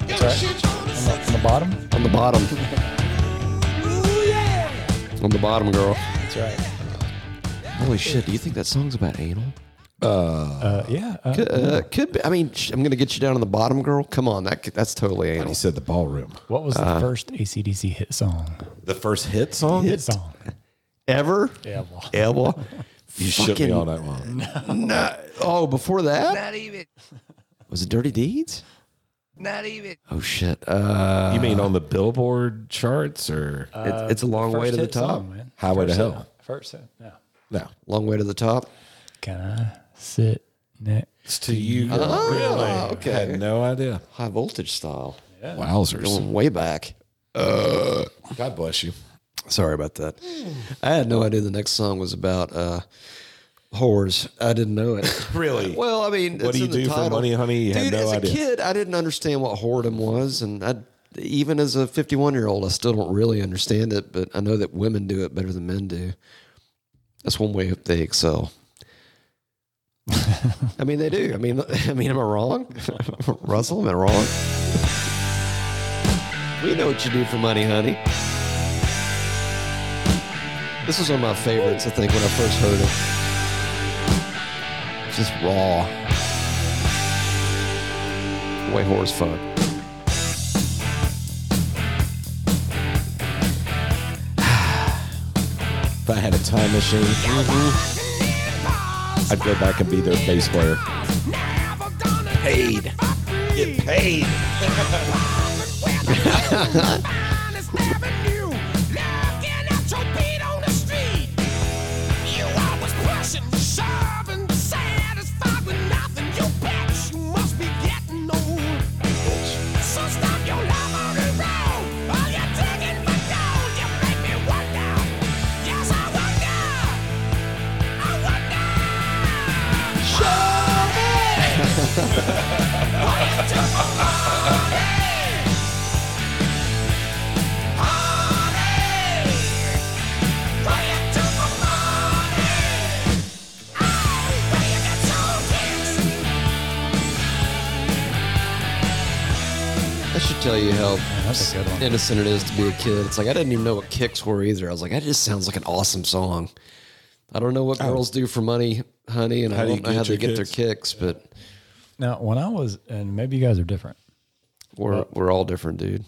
S3: From the bottom?
S2: On the bottom, on the bottom, girl.
S3: That's right.
S2: Holy shit! Do you think that song's about anal?
S3: Uh, yeah. uh,
S2: Uh, could be. I mean, sh- I'm gonna get you down on the bottom, girl. Come on, that could- that's totally
S1: He
S2: anal.
S1: said the ballroom.
S3: what was
S2: Uh,
S3: the first ACDC hit song?
S1: The first hit song?
S3: Hit song.
S2: Ever?
S3: Yeah, well,
S2: Yeah, well.
S1: You shook me
S2: Fucking-
S1: all night long.
S2: Oh, before that? Not even. Was it Dirty Deeds? Not even. Oh shit! Uh,
S1: you mean on the Billboard charts or
S2: it's, it's a long way to the top.
S3: man.
S1: Highway to Hell?
S3: First hit. Yeah.
S1: No.
S2: Long way to the top.
S3: Can I sit next?
S1: It's to you.
S2: Oh,
S1: I had no idea.
S2: High voltage style.
S1: Wowzers.
S2: Going way back.
S1: God bless you.
S2: Sorry about that. I had no idea the next song was about uh, whores. I didn't know it.
S1: Really?
S2: well, I mean,
S1: What do
S2: it's
S1: you
S2: in the
S1: do for
S2: title.
S1: money, honey? You
S2: Dude,
S1: had no
S2: as
S1: idea.
S2: a kid, I didn't understand what whoredom was, and I, even as a 51 year old, I still don't really understand it. But I know that women do it better than men do. That's one way they excel. I mean, they do. I mean, I mean, am I wrong, Russell? Am I wrong? We know what you do for money, honey. This was one of my favorites, I think, when I first heard it. It's just raw. Way horse fuck.
S1: If I had a time machine, I'd go back and be their bass player.
S7: Paid. Get
S1: Hey,
S2: That should tell you how
S3: That's a good one.
S2: innocent it is to be a kid. It's like I didn't even know what kicks were either. I was like, that just sounds like an awesome song. I don't know what
S3: Oh.
S2: girls do for money, honey, and I
S1: do you
S2: don't know how
S1: get
S2: they
S1: your
S2: get their kicks, but
S3: Now, when I was, and maybe you guys are different.
S2: we're we're all different, dude.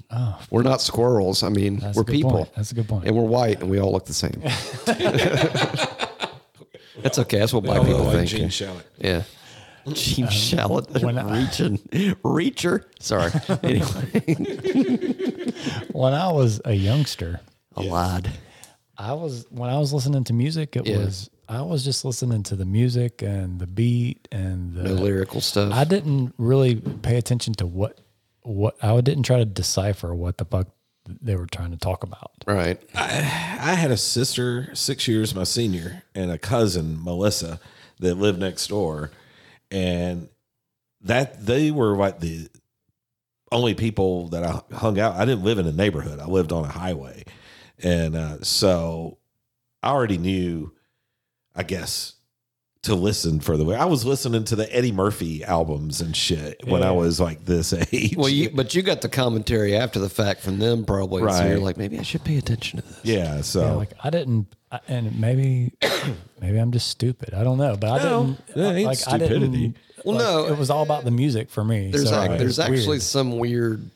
S2: we're not squirrels. I mean,
S3: oh. That's
S2: we're
S3: a good
S2: people.
S3: point. That's a good point.
S2: And we're white, and we all look the same. That's okay. That's what black people think. Yeah. Gene Shalit,
S3: Um, when I-
S2: reaching, reacher. Sorry. Anyway,
S3: When I was a youngster,
S2: I lied.
S3: I was when I was listening to music, it
S2: Yeah.
S3: was I was just listening to the music and the beat and the
S2: No lyrical stuff.
S3: I didn't really pay attention to what what I didn't try to decipher what the fuck they were trying to talk about.
S2: Right.
S1: I had a sister, six years my senior, and a cousin, Melissa, that lived next door. And that they were like the only people that I hung out. I didn't live in a neighborhood, I lived on a highway. And uh, so I already knew, I guess, to listen for the way I was listening to the Eddie Murphy albums and shit when I was like this age.
S2: Well, you, but you got the commentary after the fact from them, probably. So
S1: Right.
S2: you're like, maybe I should pay attention to this.
S1: yeah. So,
S3: Yeah, like I didn't, I, and maybe maybe I'm just stupid. I don't know, but I
S1: No,
S3: didn't.
S1: that ain't
S3: like, I
S1: stupidity.
S3: didn't,
S2: Well,
S3: like,
S2: no.
S3: it was all about the music for me.
S2: There's,
S3: so
S2: ac-
S3: it
S2: there's
S3: was weird.
S2: actually some weird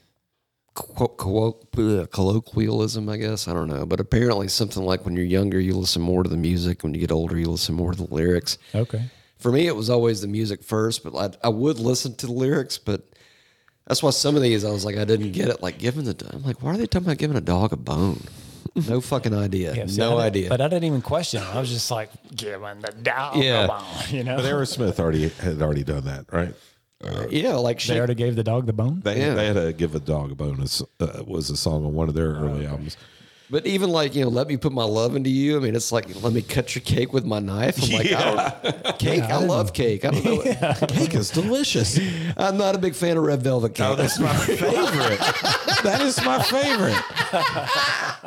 S2: quo- quo- uh, colloquialism, I guess. I don't know. But apparently, something like when you're younger, you listen more to the music. When you get older, you listen more to the lyrics.
S3: okay.
S2: For me, it was always the music first, but I, I would listen to the lyrics. But that's why some of these I was like, I didn't get it. Like, giving the, do- I'm like, why are they talking about giving a dog a bone? No fucking idea.
S3: Yeah, see, I
S2: no
S3: didn't-
S2: idea.
S3: But I didn't even question. it. I was just like, giving the dog,
S2: Yeah.
S3: a bone, you know.
S1: but Aerosmith already had already done that, right?
S2: yeah, like shit.
S3: they already gave the dog the bone.
S1: They,
S2: Yeah.
S1: they had a give a dog a bonus uh, was a song on one of their early albums.
S2: But even like, you know, let me put my love into you. I mean, it's like, let me cut your cake with my knife. I'm like, I don't, cake, I, love cake. I don't know.
S1: Cake is delicious.
S2: I'm not a big fan of red velvet cake.
S1: Oh, that's my favorite. that is my favorite.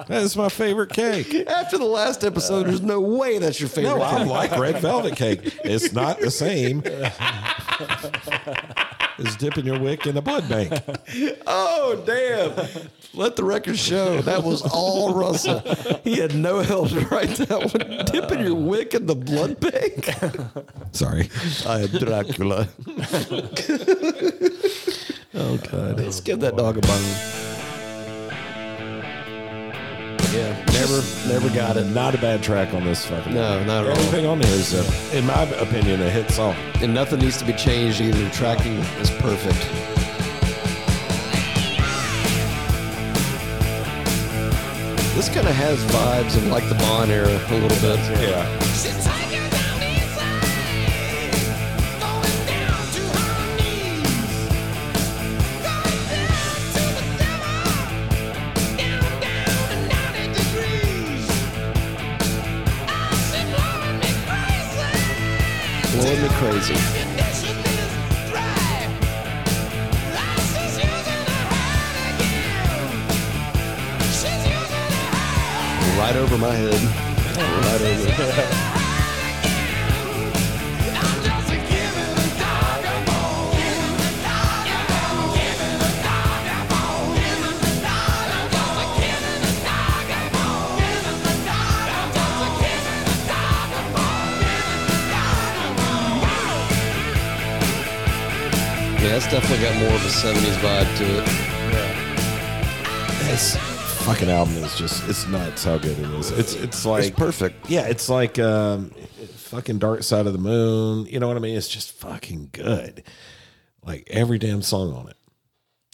S1: That is my favorite cake.
S2: After the last episode, there's no way that's your favorite
S1: No,
S2: cake.
S1: I like red velvet cake. It's not the same as dipping your wick in a blood bank.
S2: Oh, damn. Let the record show. That was all Russell. He had no help to write that one. Dipping your wick in the blood bank.
S1: Sorry.
S2: I am Dracula. oh God! Let's give that dog a bone. Yeah, never, never got it.
S1: Not a bad track on this fucking.
S2: No, not at all.
S1: Everything on there is, uh, in my opinion, a hit song.
S2: And nothing needs to be changed either. Tracking is perfect. This kind of has vibes of like the Bond era a little bit.
S1: Yeah.
S2: Blowing me crazy. Right over my head. Right over. Yeah, that's definitely got more of a 70s vibe to it.
S1: This fucking album is just it's nuts how good it is. It's it's like
S2: perfect.
S1: Yeah, it's like um fucking Dark Side of the Moon. You know what I mean? It's just fucking good. Like every damn song on it.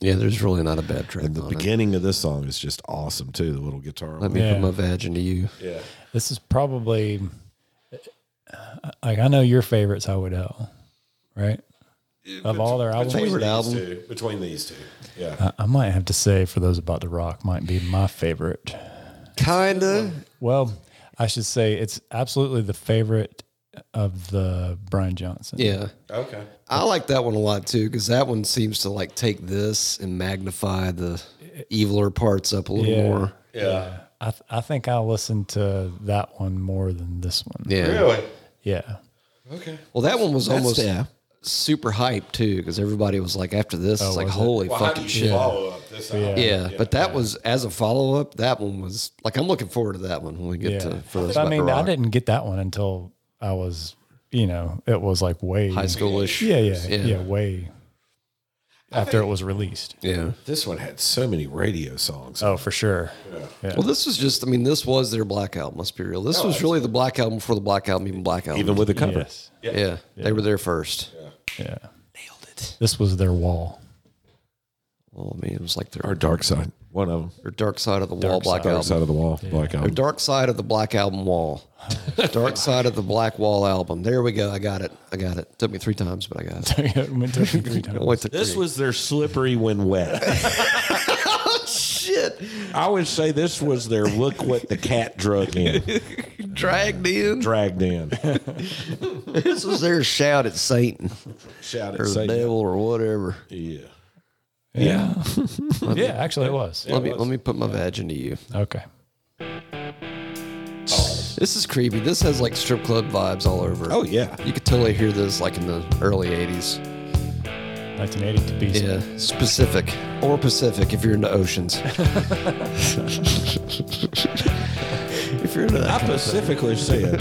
S2: Yeah, there's really not a bad track.
S1: And the
S2: on it.
S1: beginning of this song is just awesome too, the little guitar.
S2: Let me
S3: Yeah.
S2: put my vag into you.
S3: This is probably like I know your favorite's Highway to Hell, right? Of all their albums, Uh,
S2: Favorite album.
S1: Two, between these two. Yeah.
S3: I- I might have to say for those about to rock, might be my favorite.
S2: Kinda.
S3: Well, I should say it's absolutely the favorite of the Brian Johnson.
S2: Yeah.
S1: Okay.
S2: I like that one a lot too, because that one seems to like take this and magnify the eviler parts up a little
S3: Yeah.
S2: more.
S1: Yeah.
S3: I, th- I think I listened to that one more than this one.
S2: Yeah.
S3: Yeah.
S2: Well, that one was almost
S1: yeah.
S2: super hyped too, because everybody was like, after this, it's like,
S3: Oh, was it?
S2: holy fucking shit.
S1: up this album?
S2: Yeah, but that was as a follow up. That one was like I'm looking forward to that one when we get
S3: Yeah.
S2: to. For those
S3: I
S2: About to
S3: mean, I
S2: Rock.
S3: didn't get that one until I was, you know, it was like way
S2: high schoolish.
S3: Yeah, yeah, yeah,
S2: Yeah.
S3: way after it was released.
S2: yeah.
S1: This one had so many radio songs.
S3: Oh, for sure.
S2: Well, this was just, I mean, this was their Black Album, let's be real. This was really the Black Album before the Black Album, even Black Album.
S1: Even with the cover.
S3: Yes.
S2: yeah, they were there first.
S3: Yeah. Nailed it. This was their wall.
S2: Well, I mean, it was like their,
S1: Or Dark Side. One of them.
S2: their Dark Side of the Wall Black
S1: Dark
S2: Album.
S1: Side of the Wall. Black
S2: Or
S1: album.
S2: Dark Side of the Black Album Wall. Dark Side of the Black Wall Album. There we go. I got it. I got it. Took me three times, but I got it.
S3: Went to it three
S2: It
S3: times.
S2: only took
S1: This
S2: three.
S1: was their slippery when wet.
S2: shit.
S1: I would say this was their look what the cat drug in,
S2: Dragged in.
S1: dragged in.
S2: This was their shout at Satan
S1: Shout
S2: or
S1: it,
S2: the
S1: say
S2: devil or whatever.
S1: yeah.
S3: Yeah. yeah, actually, it was.
S2: let me let me put my vag into you.
S3: Okay.
S2: This is creepy. This has like strip club vibes all over.
S1: Oh yeah.
S2: You could totally hear this like in the early 80s.
S3: 1980 to be
S2: Yeah, specific or Pacific if you're into oceans. if you're into
S1: I
S2: that.
S1: specifically said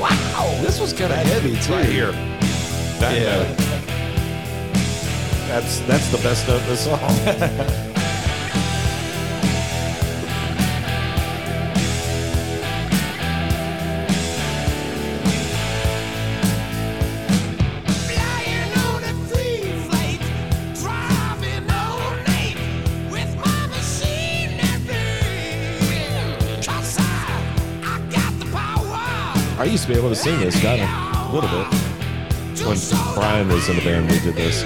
S2: Wow, this was kind of heavy too.
S1: right here. That
S2: Yeah.
S1: note. That's that's the best note in the song.
S7: Flying on a free flight, driving all night with my machine every Cause I, I got the power.
S1: I used to be able to sing this kind of a little bit when Brian was in the band. We did this.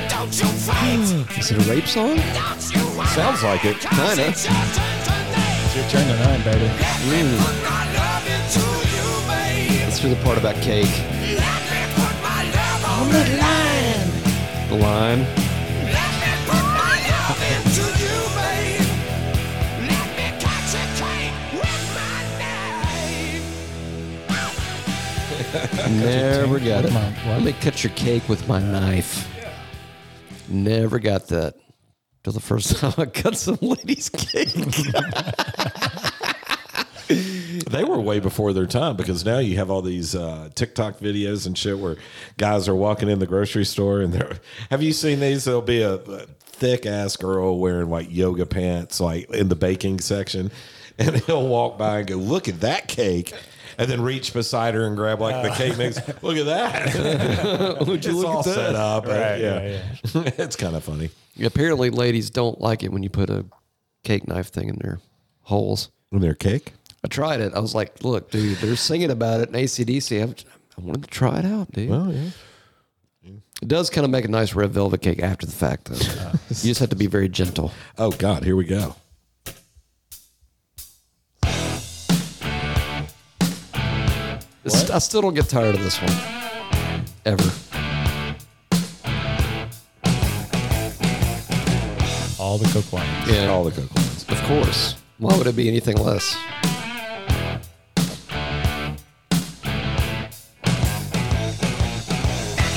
S7: Fight!
S2: Is it a rape song?
S7: Don't you worry.
S1: Sounds like it.
S7: 'Cause
S2: Kinda.
S7: it's your turn tonight.
S3: It's your turn tonight, baby.
S7: Let me put my love into you, babe.
S2: Let's hear the part about cake.
S7: Let me put my love
S2: Oh,
S7: on the line.
S2: The line.
S7: Let me put my love into you, babe. Let me catch a cake with my knife.
S2: Never got it.
S3: Come on, what?
S2: Let me cut your cake with my knife. Never got that. Till the first time I cut some lady's cake.
S1: They were way before their time because now you have all these uh, TikTok videos and shit where guys are walking in the grocery store and they're. Have you seen these? There'll be a, a thick ass girl wearing like yoga pants, like in the baking section, and he'll walk by and go, "Look at that cake." And then reach beside her and grab like the cake mix. Look at that! Would you it's all set up?
S3: Right,
S1: yeah,
S3: yeah,
S1: it's kind of funny.
S2: Apparently, ladies don't like it when you put a cake knife thing in their holes.
S1: When they're cake,
S2: I tried it. I was like, look, dude, they're singing about it in ACDC. I'm, I wanted to try it out, dude.
S1: oh yeah,
S2: It does kind of make a nice red velvet cake after the fact, though. you just have to be very gentle.
S1: oh god, here we go.
S2: It's- I still don't get tired of this one. Ever.
S3: All the cook lines.
S2: Yeah.
S1: All the cook ones.
S2: Of course. Why would it be anything less?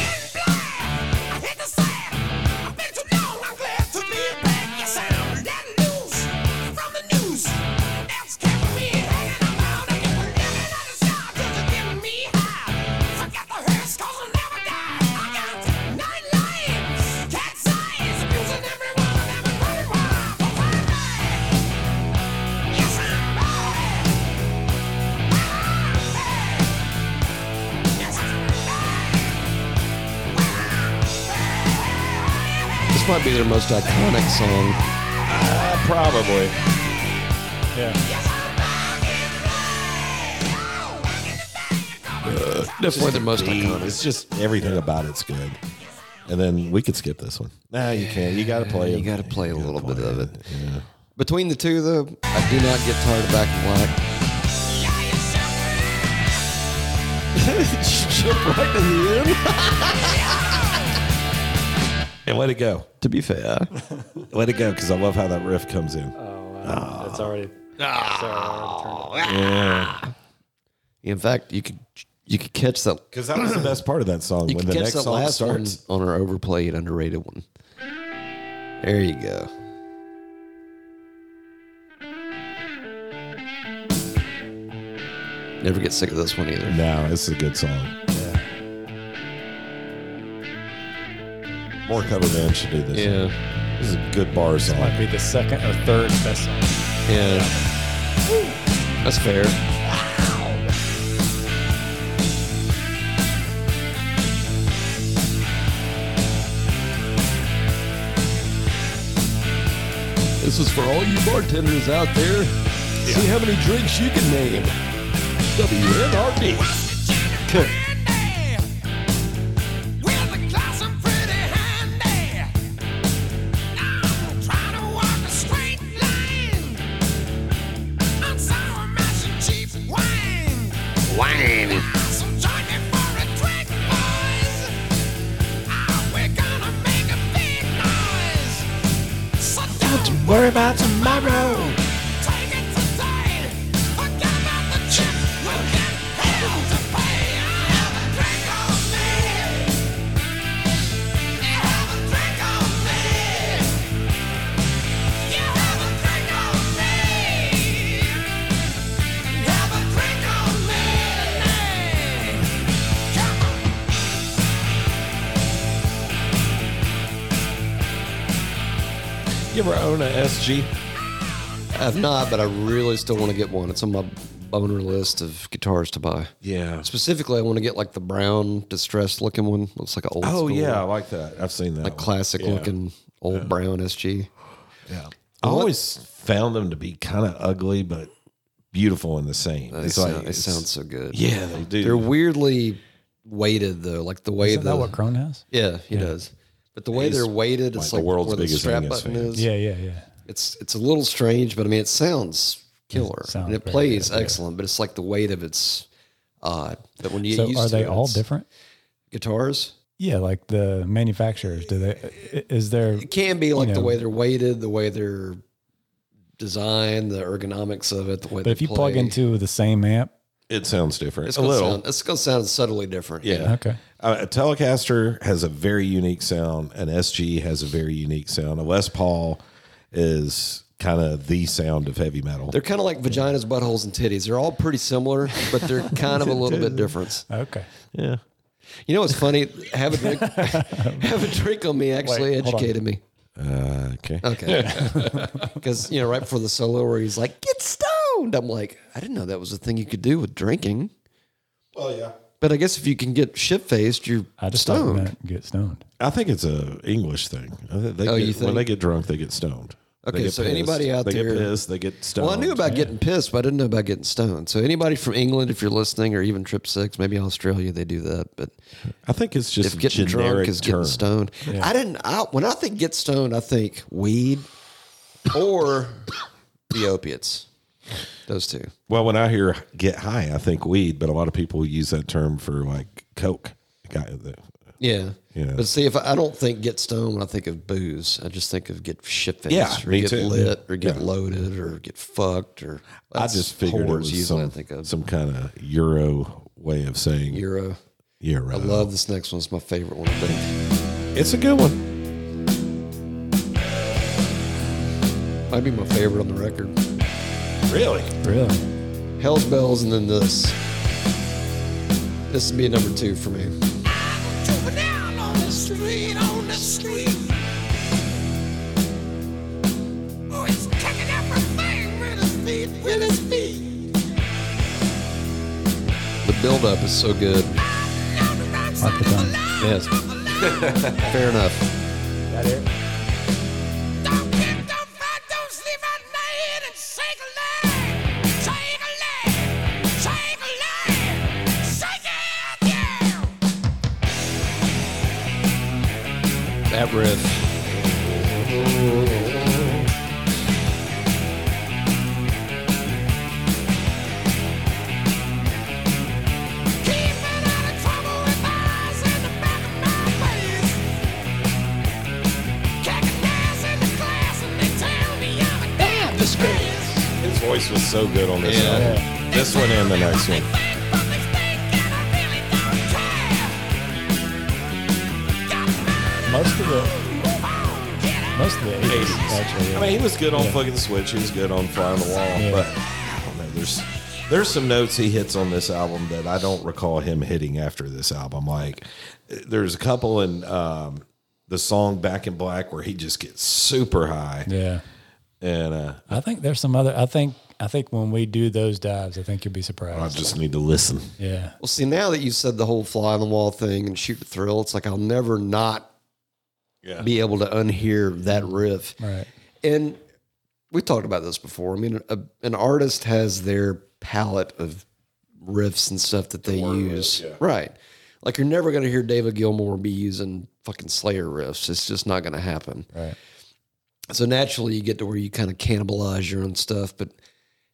S7: I hit the sand. I've been too long. I'm glad to be back. Yes, I'm letting loose from the news. That's kept me hanging around. I keep living on the star just to get me high. Forget the hurts, cause I'll never die. I got nine lives, cat's eyes, abusing everyone. I'm having money wrong for five nights. Yes, I'm bad. I'm bad. Yes, I'm bad.
S2: This might be their most iconic song.
S1: Probably.
S2: Definitely their most iconic.
S1: oh, It's just everything about it's good. And then we could skip this one. Nah, you can't. You got to play it.
S2: You got to play a little bit of it. Between the two, though, I do not get tired of Back in Black. Jump right to the end.
S1: And let it go.
S2: To be fair,
S1: Let it go because I love how that riff comes in.
S3: That's already.
S2: in fact, you could you could catch that
S1: Because that was the best part of that song
S2: you
S1: when
S2: could
S1: the
S2: catch
S1: next
S2: that
S1: song
S2: last
S1: starts.
S2: one on our overplayed, underrated one. There you go. Never get sick of this one either.
S1: No, this is a good song. More cover band should do this.
S2: Yeah,
S1: This is a good bar song.
S3: Might be the second or third best song.
S2: yeah. That's fair. This is for all you bartenders out there. See how many drinks you can name. WNRB.
S7: Don't worry about tomorrow. Take it today. Forget about the chip. We'll get hell to pay. Have a drink on me. You have a drink on me. You have a drink on me. Have a drink on me tonight. Come on.
S1: You ever own a SG?
S2: I've not, but I really still want to get one. It's on my boner list of guitars to buy.
S1: Yeah.
S2: Specifically, I want to get like the brown distressed looking one. Looks like an old
S1: Oh
S2: school,
S1: yeah, I like that. I've seen that.
S2: like classic looking old brown SG.
S1: Yeah. I always found them to be kind of ugly, but beautiful in the same.
S2: They,
S1: It's
S2: sound,
S1: like
S2: they
S1: it's-
S2: sound so good.
S1: Yeah, they do.
S2: They're weirdly weighted though, like the way
S3: Isn't
S2: the
S3: that what Crone has?
S2: yeah he does. But the way
S1: He's
S2: they're weighted, it's
S1: like the
S2: like,
S1: world's
S2: where the
S1: biggest
S2: strap
S1: Angus
S2: button
S1: fan.
S2: is.
S3: Yeah, yeah, yeah.
S2: It's it's a little strange, but I mean it sounds killer
S3: sounds
S2: and it
S3: very
S2: plays
S3: good, yeah.
S2: excellent. But it's like the weight of it's odd. But when you get
S3: So
S2: used
S3: are
S2: to
S3: they
S2: it,
S3: all
S2: it's-
S3: different?
S2: guitars?
S3: Yeah, like the manufacturers. Do they? Is there?
S2: It can be like the
S3: know.
S2: way they're weighted, the way they're designed, the ergonomics of it, the way.
S3: But if you plug into the same amp,
S1: it sounds different.
S2: it's
S1: a
S2: gonna
S1: little.
S2: sound, it's gonna sound subtly different.
S1: yeah.
S3: okay.
S1: Uh, a Telecaster has a very unique sound. An SG has a very unique sound. A Les Paul is kind of the sound of heavy metal.
S2: They're kind of like vaginas, buttholes, and titties. They're all pretty similar, but they're kind of a little bit different.
S3: Okay.
S1: yeah.
S2: You know what's funny? Have a drink. have a drink on me actually
S3: Wait, hold on.
S2: educated me.
S1: Uh, okay.
S2: Okay. Because, you know, right before the solo where he's like, get stoned. I'm like, I didn't know that was a thing you could do with drinking.
S1: Well, yeah.
S2: But I guess if you can get shit faced, you're
S3: I just thought you
S2: stoned.
S3: meant get stoned.
S1: I think it's a English thing. I think They
S2: Oh,
S1: get, when
S2: you think?
S1: they get drunk, they get stoned. They
S2: Okay,
S1: get
S2: so anybody out
S1: they
S2: there-
S1: get pissed, they get stoned.
S2: Well, I knew about getting pissed, but I didn't know about getting stoned. So anybody from England, if you're listening, or even Trip Six, maybe Australia, they do that. But
S1: I think it's just
S2: if getting drunk
S1: generic
S2: is
S1: term.
S2: getting stoned, I didn't. I, when I think get stoned, I think weed or the opiates. Those two.
S1: Well, when I hear get high, I think weed, but a lot of people use that term for like coke. Guy- the-
S2: Yeah.
S1: Yeah.
S2: But see, if I, I don't think get stoned when I think of booze, I just think of get shit faced
S1: Yeah,
S2: or
S1: me
S2: get
S1: too.
S2: lit or get
S1: Yeah.
S2: loaded or get fucked or
S1: I just figured it
S2: whores
S1: was
S2: usually I
S1: some,
S2: think of
S1: some kind of Euro way of saying
S2: Euro.
S1: Euro.
S2: I love this next one. It's my favorite one. I think
S1: It's a good one.
S2: might be my favorite on the record.
S1: Really?
S3: Really?
S2: Hell's Bells and then this. This would be number two for me.
S7: Juvenile on the street, on the street. Oh, he's kicking everything with his feet, with his feet.
S2: The build up is so good.
S7: Now the right side
S3: the
S7: is
S3: time.
S7: alive,
S2: Yes. Fair enough.
S7: Don't kick, don't fight, don't sleep at night and shake a leg, shake a leg, shake a leg, shake it, yeah.
S2: That riff.
S7: Keeping out of trouble with eyes in the back of my face. Kicking ass in the class and they tell me I'm a damn disgrace.
S1: His voice was so good on this album. This one and the next one.
S3: Most of the most of the 80s, actually.
S1: I mean, he was good on fucking Switch. He was good on Fly on the Wall. But I don't know. There's there's some notes he hits on this album that I don't recall him hitting after this album. Like there's a couple in um, the song Back in Black where he just gets super high.
S3: Yeah.
S1: And uh,
S3: I think there's some other. I think I think when we do those dives, I think you'll be
S1: I
S3: surprised.
S1: just need to listen.
S3: yeah.
S2: Well, see, now that you said the whole fly on the wall thing and shoot the thrill, it's like I'll never not
S1: Yeah.
S2: be able to unhear that riff.
S3: Right.
S2: And we talked about this before. I mean, a, an artist has their palette of riffs and stuff that they use, right? Like you're never going to hear David Gilmour be using fucking Slayer riffs. It's just not going to happen.
S3: Right.
S2: So naturally, you get to where you kind of cannibalize your own stuff. But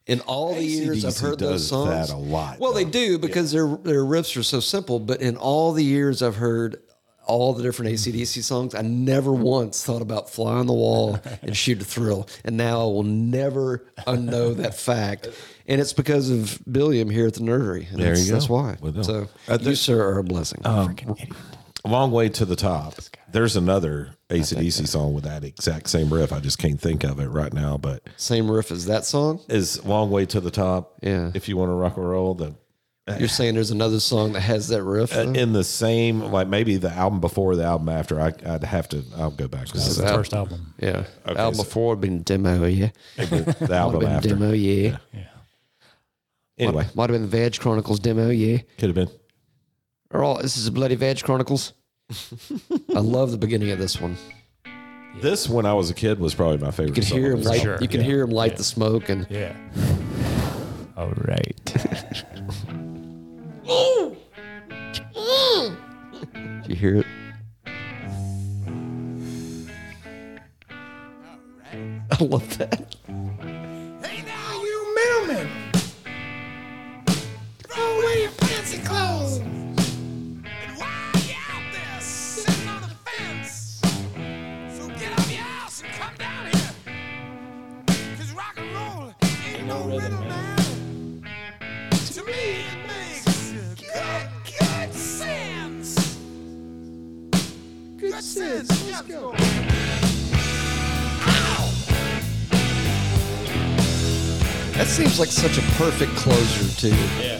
S2: in all the years I've
S1: AC/DC
S2: heard those
S1: does that a
S2: songs,
S1: lot,
S2: Well, they do because their their riffs are so simple. But in all the years I've heard all the different ACDC songs, I never
S1: Hmm.
S2: once thought about "Fly on the Wall" and "Shoot a Thrill." And now I will never unknow that fact. And it's because of Billiam here at the Nerdery. And
S1: There
S2: that's,
S1: you go.
S2: that's why.
S1: Well done.
S2: so
S1: Uh,
S2: you,
S1: there- Uh,
S2: sir, are a blessing.
S1: long way to the top. There's another ACDC song with that exact same riff. I just can't think of it right now, but
S2: Same riff as that song.
S1: is long way to the top.
S2: Yeah.
S1: If you want to rock and roll, the
S2: You're saying there's another song that has that riff. though?
S1: Uh, in the same like maybe the album before the album after. I, I'd have to. I'll go back.
S3: This is
S1: to
S3: the
S2: that-
S3: first album.
S2: Yeah. Album
S1: so-
S2: before had been demo, yeah.
S1: the, the
S8: Might have
S1: album
S8: been
S1: after.
S8: demo, yeah.
S1: Anyway,
S8: Might have been the Veg Chronicles demo, yeah.
S1: could have been.
S8: Or all this is the bloody Veg Chronicles.
S2: I love the beginning of this one.
S1: This when I was a kid was probably my favorite.
S2: You can
S1: song
S2: hear
S1: on
S2: him
S1: this
S2: light.
S1: album.
S3: Sure,
S2: you can
S3: yeah.
S2: hear him light the smoke, and
S3: Yeah. All right.
S2: you hear it. I love that.
S7: Hey now, you mailman! Throw away your fancy clothes! And while you're out there sitting on the fence, so get out of your house and come down here! Cause rock and roll ain't no rhythm, man. To me, it makes good, good sense! Good, sense, let's go! Ow!
S2: That seems like such a perfect closer too. Yeah.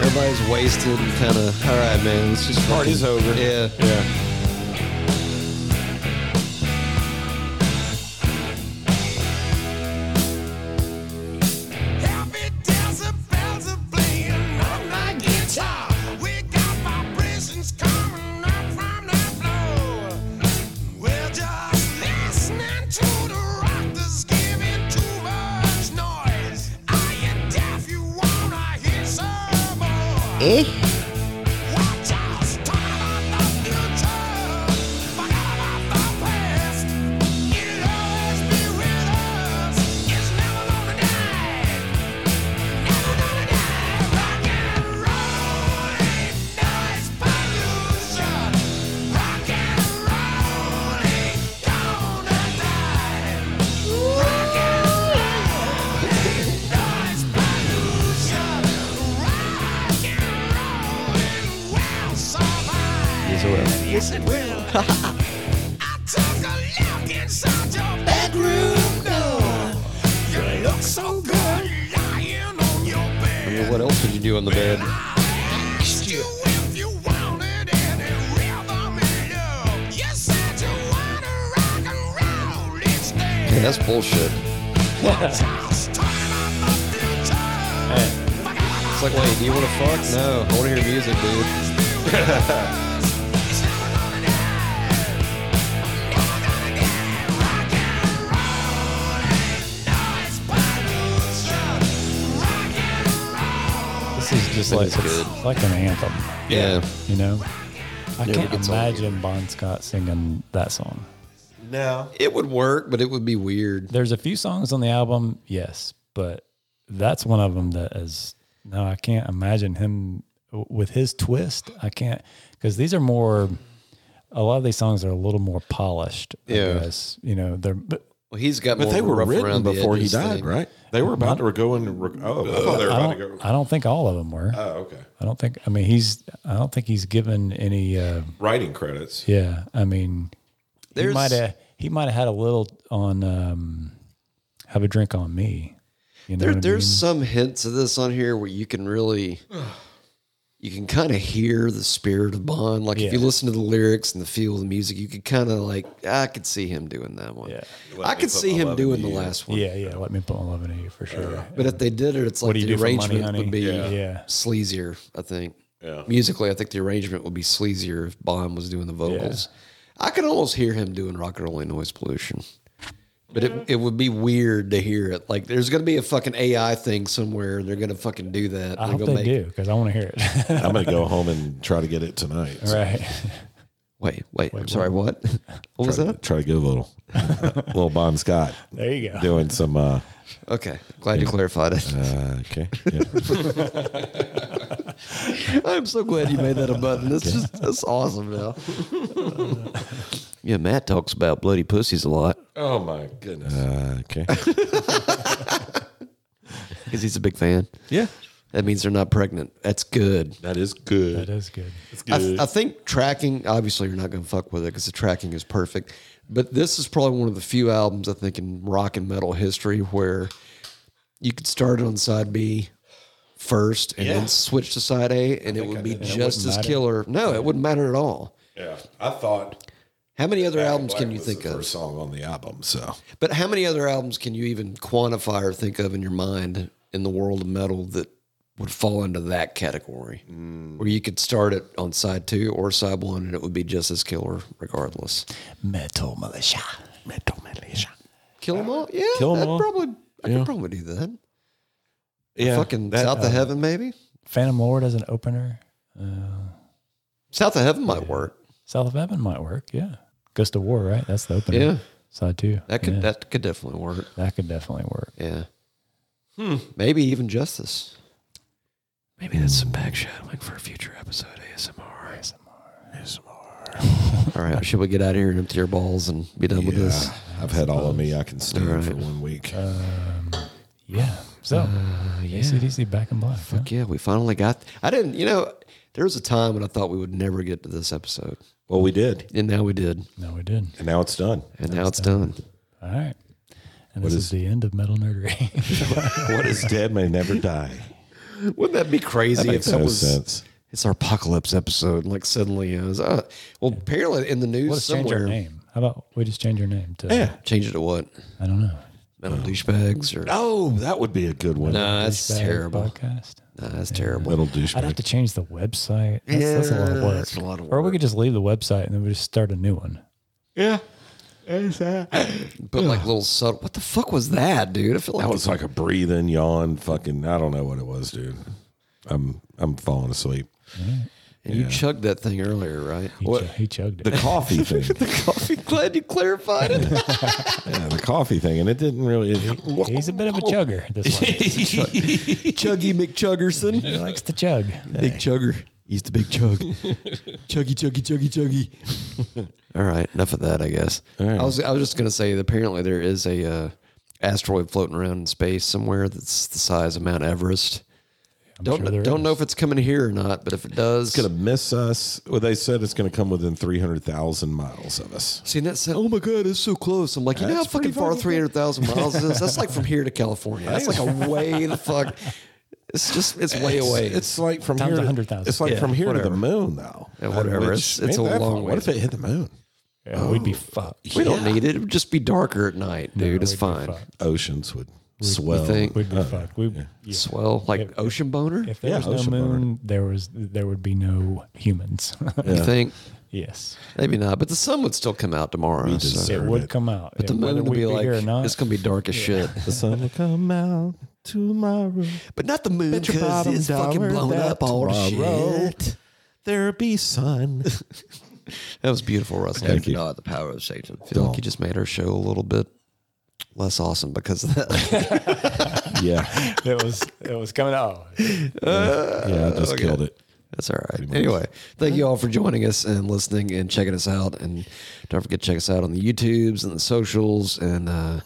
S2: Everybody's wasted and kind of. All right, man. Let's just
S1: Party's
S2: fucking-
S1: over.
S2: Yeah.
S1: Yeah.
S7: Happy dancing bells are playing on my guitar. We got vibrations coming up from the floor. We're just listening to the rock that's giving too much noise. Are you deaf? You wanna hear some more? Watch us talk about the future, forget about the past. It'll always be with us. It's never gonna die. Never gonna die. Rock and roll ain't noise pollution. Rock and roll ain't gonna die. Rock and roll ain't noise pollution. Rock and roll and will survive. Yes, it will. Yes, it will. I took a look inside your bedroom door. You look so good lying on your bed.
S2: What else would you do on the bed?
S7: I asked you if you wanted any rhythm and love. You said you wanna rock and roll each day.
S2: Man, that's bullshit.
S7: Just talk about the future. Forgot
S2: It's like, wait, do you want to fuck? No, I want to hear music, dude.
S3: This is just like, it's like an anthem,
S2: Yeah.
S3: you know? I can't
S2: gets old.
S3: imagine Bon Scott singing that song.
S2: It would work, but it would be weird.
S3: There's a few songs on the album, yes, but that's one of them that is no, I can't imagine him w- with his twist. I can't because these are more. A lot of these songs are a little more polished. I
S2: Yeah.
S3: guess. you know they're but
S2: Well, he's got.
S1: But
S2: more
S1: they
S2: of a
S1: were
S2: rough
S1: written
S2: around the
S1: before he
S2: edges
S1: died,
S2: thing.
S1: right? They were about to go and rec- oh, I thought they were
S3: I
S1: about to go.
S3: don't, I don't think all of them were.
S1: Oh, okay.
S3: I don't think. I mean, he's. I don't think he's given any. Uh,
S1: Writing credits.
S3: yeah, I mean,
S2: There's-
S3: he might have. He might have had a little on. Um, have a drink on me. You know
S2: There,
S3: what I
S2: there's
S3: mean?
S2: some hints of this on here where you can really, you can kind of hear the spirit of Bond. Like if you
S3: Yeah.
S2: listen to the lyrics and the feel of the music, you could kind of like, I could see him doing that one.
S3: Yeah.
S2: I could see him doing the last one.
S3: Yeah, yeah. Let me put my love into you for sure.
S2: But if they did it, it's like
S3: do you
S2: the
S3: do for money,
S2: arrangement
S3: honey?
S2: would be
S3: Yeah. Yeah.
S2: sleazier. I think
S1: Yeah.
S2: musically, I think the arrangement would be sleazier if Bond was doing the vocals. I could almost hear him doing rock and roll and noise pollution. But it, it would be weird to hear it. Like there's gonna be a fucking AI thing somewhere, and they're gonna fucking do that.
S3: I
S2: They're
S3: hope
S2: gonna
S3: they do because I want to hear it.
S1: I'm gonna go home and try to get it tonight.
S3: All right.
S2: Wait, wait, I'm sorry. What? What was
S1: try, to-
S2: that?
S1: try to get a little, little Bon Scott
S3: There you go.
S1: doing some. Uh,
S2: Okay, glad you clarified it.
S1: uh, okay, yeah.
S2: I'm so glad you made that a button. That's just that's awesome now.
S8: Yeah, Matt talks about bloody pussies a lot
S1: Oh my goodness. Uh, okay.
S8: because he's a big fan.
S1: yeah,
S2: That means they're not pregnant. That's good.
S1: that is good.
S3: That is good.
S2: I, th- I think tracking. Obviously, you're not going to fuck with it because the tracking is perfect. But this is probably one of the few albums I think in rock and metal history where you could start it on side B first and then switch to side A, and it would be just
S3: wouldn't
S2: as
S3: matter.
S2: killer. No, it wouldn't matter at all.
S1: yeah, I thought
S2: How many other albums can you think of?
S1: First song on the album. So
S2: But how many other albums can you even quantify or think of in your mind in the world of metal that would fall into that category? Where you could start it on side two or side one and it would be just as killer regardless.
S3: Metal militia. Metal militia.
S2: Kill 'em all? Yeah.
S1: Kill 'em
S2: that'd
S1: all.
S2: Probably, I
S1: Yeah.
S2: could probably do that.
S1: yeah,
S2: Fucking
S1: that- uh,
S2: South of Heaven, maybe?
S3: Phantom Lord as an opener. Uh,
S2: South of Heaven might work.
S3: South of Heaven might work. Yeah. Ghost of War, right? That's the opener.
S2: Yeah.
S3: Side two.
S2: That could
S3: Yeah.
S2: that could definitely work.
S3: that could definitely work.
S2: Yeah. Hmm. Maybe even Justice.
S8: Maybe that's some back shadowing for a future episode ASMR. ASMR.
S2: All right. should we get out of here and empty our balls and be done with this?
S1: yeah, I've had all of me I can stand for one week.
S3: Yeah. So, ACDC back in black. huh?
S2: Yeah, we finally got. I didn't, you know, there was a time when I thought we would never get to this episode,
S1: well, we did,
S2: and now we did,
S3: No, we did.
S1: and now it's done.
S2: and now it's done.
S3: All right. And this is,
S1: is-
S3: the end of metal nerdery.
S1: what is dead may never die.
S2: Wouldn't that be crazy if
S1: Makes
S2: that
S1: no
S2: was?
S1: sense.
S2: It's our apocalypse episode, and like suddenly it was. Uh, well, apparently in the news
S3: Let's change
S2: somewhere.
S3: our name. How about we just change our name to,
S1: Yeah.
S2: Change it to what?
S3: I don't know.
S2: Metal douchebags or?
S1: Oh, that would be a good one.
S2: Nah, that's
S3: Douchebag
S2: terrible.
S3: Podcast.
S2: Nah, that's terrible.
S1: Little
S3: I'd have
S1: douchebag.
S3: to change the website. That's, that's a lot of
S2: Yeah,
S3: work.
S2: that's a lot of
S3: Or we could just leave the website and then we just start a new one.
S1: Yeah,
S2: But like little subtle. What the fuck was that, dude? I feel like
S1: that was like a breathing yawn. Fucking, I don't know what it was, dude. I'm I'm falling asleep.
S2: and you chugged that thing earlier, right?
S3: He,
S2: What?
S3: chu- he chugged it.
S1: The coffee thing.
S2: Coffee. Glad you clarified it.
S1: yeah, the coffee thing, and it didn't really.
S3: He's a bit of a chugger. This one.
S2: Chuggy McChuggerson.
S3: he likes to chug.
S2: Big chugger.
S5: He's the big chug. chuggy, chuggy, chuggy, chuggy.
S2: All right, enough of that, I guess. I was I was just gonna say that apparently there is a uh, asteroid floating around in space somewhere that's the size of Mount Everest. don't
S3: sure there
S2: don't
S3: is.
S2: know if it's coming here or not, but if it does,
S1: gonna miss us. Well, they said it's gonna come within three hundred thousand miles of us.
S2: seen that sound. Oh my god, it's so close! I'm like, you know how
S1: That's pretty
S2: fucking far
S1: fucking
S2: three hundred thousand miles is? That's like from here to California. That's like a way the fuck. It's just it's way away.
S1: It's, it's like from
S3: Times
S1: here. to-
S3: 100,000.
S1: It's like from here to
S2: whatever.
S1: the moon, though.
S2: Yeah, whatever. It's-
S1: ain't
S2: it's a
S1: that
S2: long
S1: far.
S2: way.
S1: What if it hit the moon?
S3: Yeah, We'd
S2: Oh,
S3: be fucked.
S2: we don't need it. It would just be darker at night, dude. it's fine.
S1: Oceans would swell. Uh,
S2: think-
S3: We'd be fucked. We, yeah.
S2: Swell like ocean boner.
S3: If there
S1: Yeah,
S3: was
S1: ocean
S3: no
S1: water.
S3: moon, there was there would be no humans.
S2: You think
S3: yes,
S2: maybe not, but the sun would still come out tomorrow. so-
S1: deserve
S3: it would come out.
S2: But the
S3: Yeah,
S2: moon
S3: whether
S2: will
S3: we
S2: be like,
S3: here or not,
S2: it's gonna be dark as shit.
S1: The sun will come out tomorrow.
S2: But not the moon
S1: Bet your
S2: because
S1: bottom
S2: it's fucking
S1: dollar
S2: blown
S1: that
S2: up all the
S1: tomorrow
S2: shit.
S1: There'll be sun.
S2: That was beautiful, Russell.
S1: Thank you.
S2: the power of Satan. I feel like you just made our show a little bit less awesome because of that.
S1: yeah,
S3: it was it was coming oh, out.
S1: yeah, I
S2: Uh,
S1: just killed it.
S2: That's all right. Anyway, thank you all for joining us and listening and checking us out. And don't forget to check us out on the YouTubes and the socials and uh,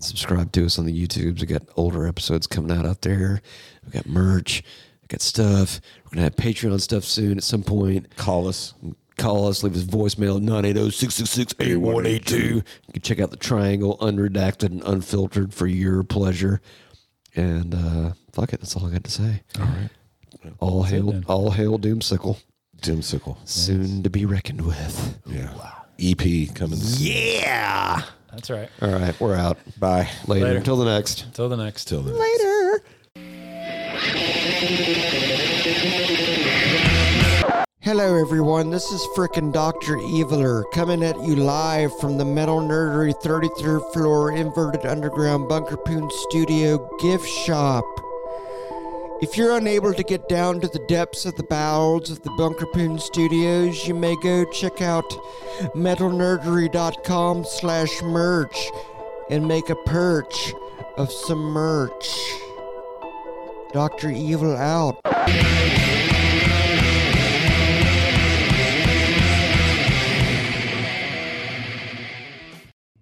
S2: subscribe to us on the YouTubes. We got older episodes coming out out there. We got merch. We got stuff. We're gonna have Patreon stuff soon at some point.
S1: Call us.
S2: call us, leave us a voicemail, oh, 980-666-8182. You can check out the triangle, unredacted and unfiltered for your pleasure. And uh, fuck it, that's all I got to say. All right. All hail, all hail Doomsicle,
S1: Tim Sickle.
S2: soon to be reckoned with.
S1: Yeah. EP coming. Yeah.
S3: That's right.
S2: All right, we're out.
S1: Bye.
S2: Later.
S3: Later.
S2: Until the next.
S3: Till the next.
S1: Till then.
S2: Hello, everyone. This is frickin' Dr. Eviler coming at you live from the Metal Nerdery 33rd floor inverted underground Bunker Poon Studio gift shop. If you're unable to get down to the depths of the bowels of the Bunker Poon Studios, you may go check out metalnerdery.com slash merch and make a perch of some merch. Dr. Evil out.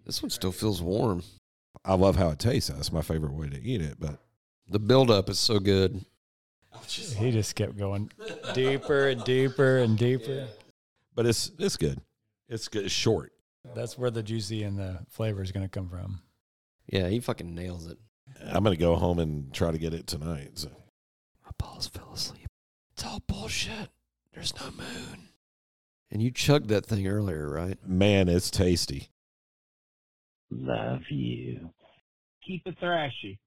S9: This one still feels warm.
S1: I love how it tastes. That's my favorite way to eat it. But
S9: The buildup is so good.
S3: He just kept going deeper and deeper and deeper.
S1: but it's it's good. It's good. It's short.
S3: That's where the juicy and the flavor is going to come from.
S9: Yeah, he fucking nails it.
S1: I'm gonna go home and try to get it tonight. So.
S10: My balls fell asleep. It's all bullshit. There's no moon.
S9: And you chugged that thing earlier, right?
S1: Man, it's tasty.
S4: Love you. Keep it thrashy.